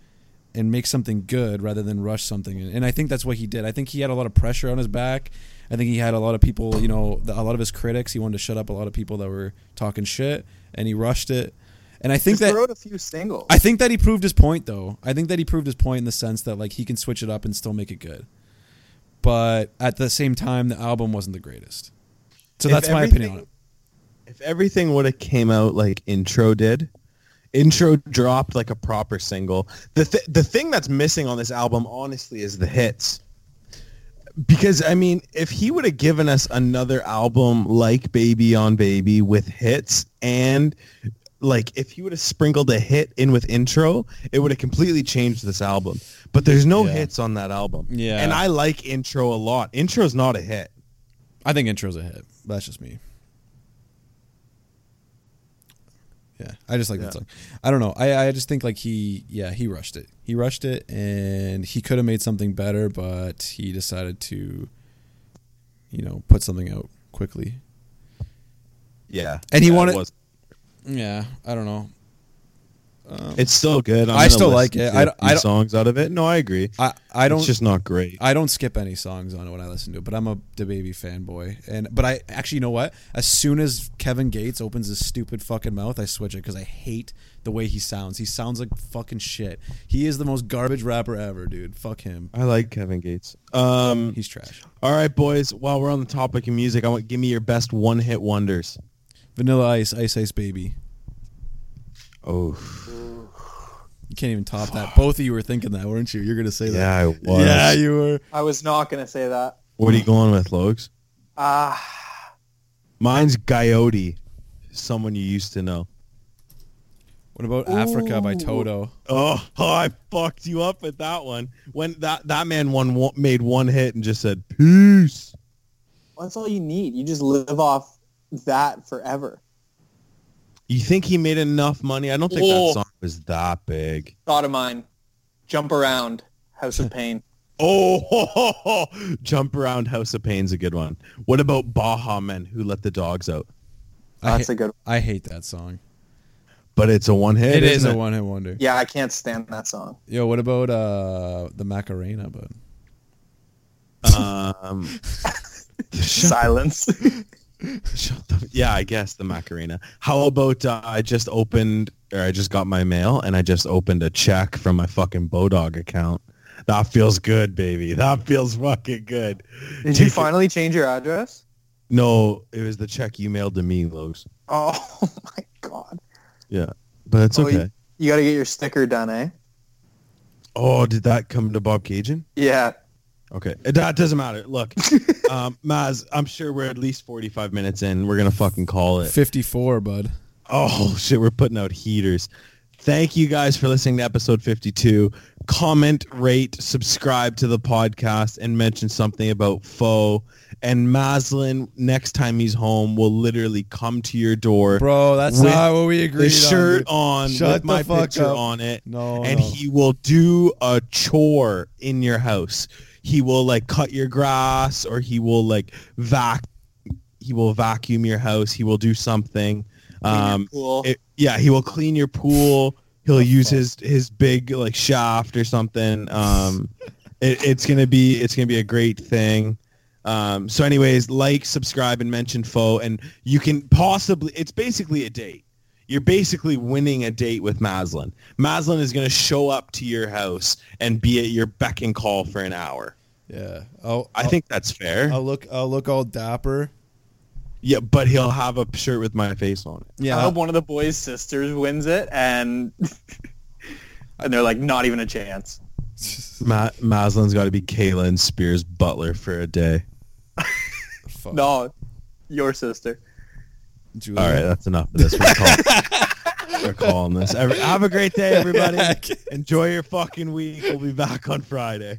Speaker 2: and make something good rather than rush something. And, and I think that's what he did. I think he had a lot of pressure on his back. I think he had a lot of people, you know, the, a lot of his critics. He wanted to shut up a lot of people that were talking shit, and he rushed it. And I think
Speaker 3: Just
Speaker 2: that
Speaker 3: wrote a few singles.
Speaker 2: I think that he proved his point, though. I think that he proved his point in the sense that like he can switch it up and still make it good. But at the same time, the album wasn't the greatest. So
Speaker 1: If
Speaker 2: that's my opinion on
Speaker 1: everything-
Speaker 2: it.
Speaker 1: If everything would have came out like intro did, intro dropped like a proper single. The th- the thing that's missing on this album, honestly, is the hits. Because I mean, if he would have given us another album like Baby on Baby with hits and like if he would have sprinkled a hit in with intro, it would have completely changed this album. But there's no
Speaker 2: Yeah.
Speaker 1: hits on that album.
Speaker 2: Yeah.
Speaker 1: And I like intro a lot. Intro's not a hit.
Speaker 2: I think intro's a hit. but That's just me. Yeah, I just like that song. I don't know. I, I just think like he, yeah, he rushed it. He rushed it, and he could have made something better, but he decided to, you know, put something out quickly.
Speaker 1: Yeah.
Speaker 2: And he
Speaker 1: Yeah, it
Speaker 2: wanted-
Speaker 1: was-
Speaker 2: Yeah, I don't know.
Speaker 1: It's still good. I'm
Speaker 2: I
Speaker 1: gonna
Speaker 2: still like
Speaker 1: listen
Speaker 2: it.
Speaker 1: to
Speaker 2: I
Speaker 1: a
Speaker 2: don't-
Speaker 1: few
Speaker 2: I don't-
Speaker 1: songs out of it. No, I agree.
Speaker 2: I I don't.
Speaker 1: It's just not great.
Speaker 2: I don't skip any songs on it when I listen to it, but I'm a DaBaby fanboy. And but I actually, you know what? As soon as Kevin Gates opens his stupid fucking mouth, I switch it because I hate the way he sounds. He sounds like fucking shit. He is the most garbage rapper ever, dude. Fuck him.
Speaker 1: I like Kevin Gates. Um,
Speaker 2: He's trash.
Speaker 1: all right, boys. While we're on the topic of music, I want give me your best one-hit wonders.
Speaker 2: Vanilla Ice, Ice Ice Baby.
Speaker 1: Oh,
Speaker 2: You can't even top that. Both of you were thinking that, weren't you? You're gonna say
Speaker 1: yeah, I
Speaker 2: that.
Speaker 1: was.
Speaker 2: Yeah, you were.
Speaker 3: I was not gonna say that.
Speaker 1: What are you going with, Logs?
Speaker 3: Ah,
Speaker 1: Mine's Coyote, someone you used to know.
Speaker 2: What about Africa by
Speaker 3: Ooh.
Speaker 2: Toto?
Speaker 1: Oh, I fucked you up with that one. When that that man one wo- made one hit and just said peace.
Speaker 3: that's all you need. You just live off that forever.
Speaker 1: You think he made enough money? I don't think
Speaker 3: Oh.
Speaker 1: that song was that big.
Speaker 3: Thought of mine. Jump around. House of Pain.
Speaker 1: Oh, jump around House of Pain's a good one. What about Baja Men who let the dogs out?
Speaker 2: I,
Speaker 3: That's a
Speaker 2: ha-
Speaker 3: good. one.
Speaker 2: I hate that song.
Speaker 1: But it's a one hit.
Speaker 2: it is
Speaker 1: isn't
Speaker 2: a one hit wonder.
Speaker 3: Yeah, I can't stand that song.
Speaker 2: Yo, what about uh the Macarena bud?
Speaker 1: Um,
Speaker 3: Silence.
Speaker 1: shut the- yeah, I guess the Macarena. How about uh, I just opened or I just got my mail and I just opened a check from my fucking Bodog account. That feels good, baby. That feels fucking good.
Speaker 3: Did you
Speaker 1: Take it-
Speaker 3: finally change your address?
Speaker 1: No, it was the check you mailed to me, Logs.
Speaker 3: Oh my god.
Speaker 1: Yeah, but it's
Speaker 3: Oh,
Speaker 1: okay.
Speaker 3: you, you got to get your sticker done, eh?
Speaker 1: Oh, did that come to Bob Cajun?
Speaker 3: Yeah.
Speaker 1: Okay, Uh, that doesn't matter. Look, um, Maz, I'm sure we're at least 45 minutes in. We're gonna fucking call it.
Speaker 2: 54, bud.
Speaker 1: Oh shit, we're putting out heaters. Thank you guys for listening to episode 52. Comment, rate, subscribe to the podcast, and mention something about foe. And Maslin, next time he's home, will literally come to your door,
Speaker 2: Bro, that's
Speaker 1: With
Speaker 2: not what we agreed
Speaker 1: the shirt
Speaker 2: on.
Speaker 1: on,
Speaker 2: Shut
Speaker 1: with
Speaker 2: the
Speaker 1: my
Speaker 2: fuck
Speaker 1: picture
Speaker 2: up.
Speaker 1: on it,
Speaker 2: No,
Speaker 1: and
Speaker 2: no.
Speaker 1: he will do a chore in your house. He will like cut your grass, or he will like vac. He will vacuum your house. He will do something. Um,
Speaker 3: cool.
Speaker 1: it- yeah, he will clean your pool. He'll use his his big like shaft or something. Um, it, it's gonna be it's gonna be a great thing. Um, so, anyways, like, subscribe, and mention foe, and you can possibly it's basically a date. You're basically winning a date with Maslin. Maslin is gonna show up to your house and be at your beck and call for an hour.
Speaker 2: Yeah. Oh,
Speaker 1: I think that's fair.
Speaker 2: I'll look. I'll look all dapper.
Speaker 1: yeah, but he'll have a shirt with my face on it.
Speaker 2: Yeah.
Speaker 3: I hope one of the boys' sisters wins it, and and they're like, not even a chance.
Speaker 1: Ma- Maslin's got to be Kayla and Spears Butler for a day.
Speaker 2: Fuck.
Speaker 3: No, your sister.
Speaker 2: Julia.
Speaker 1: All right, that's enough of this. We're calling, we're calling this. Every, have a great day, everybody. Enjoy your fucking week. We'll be back on Friday.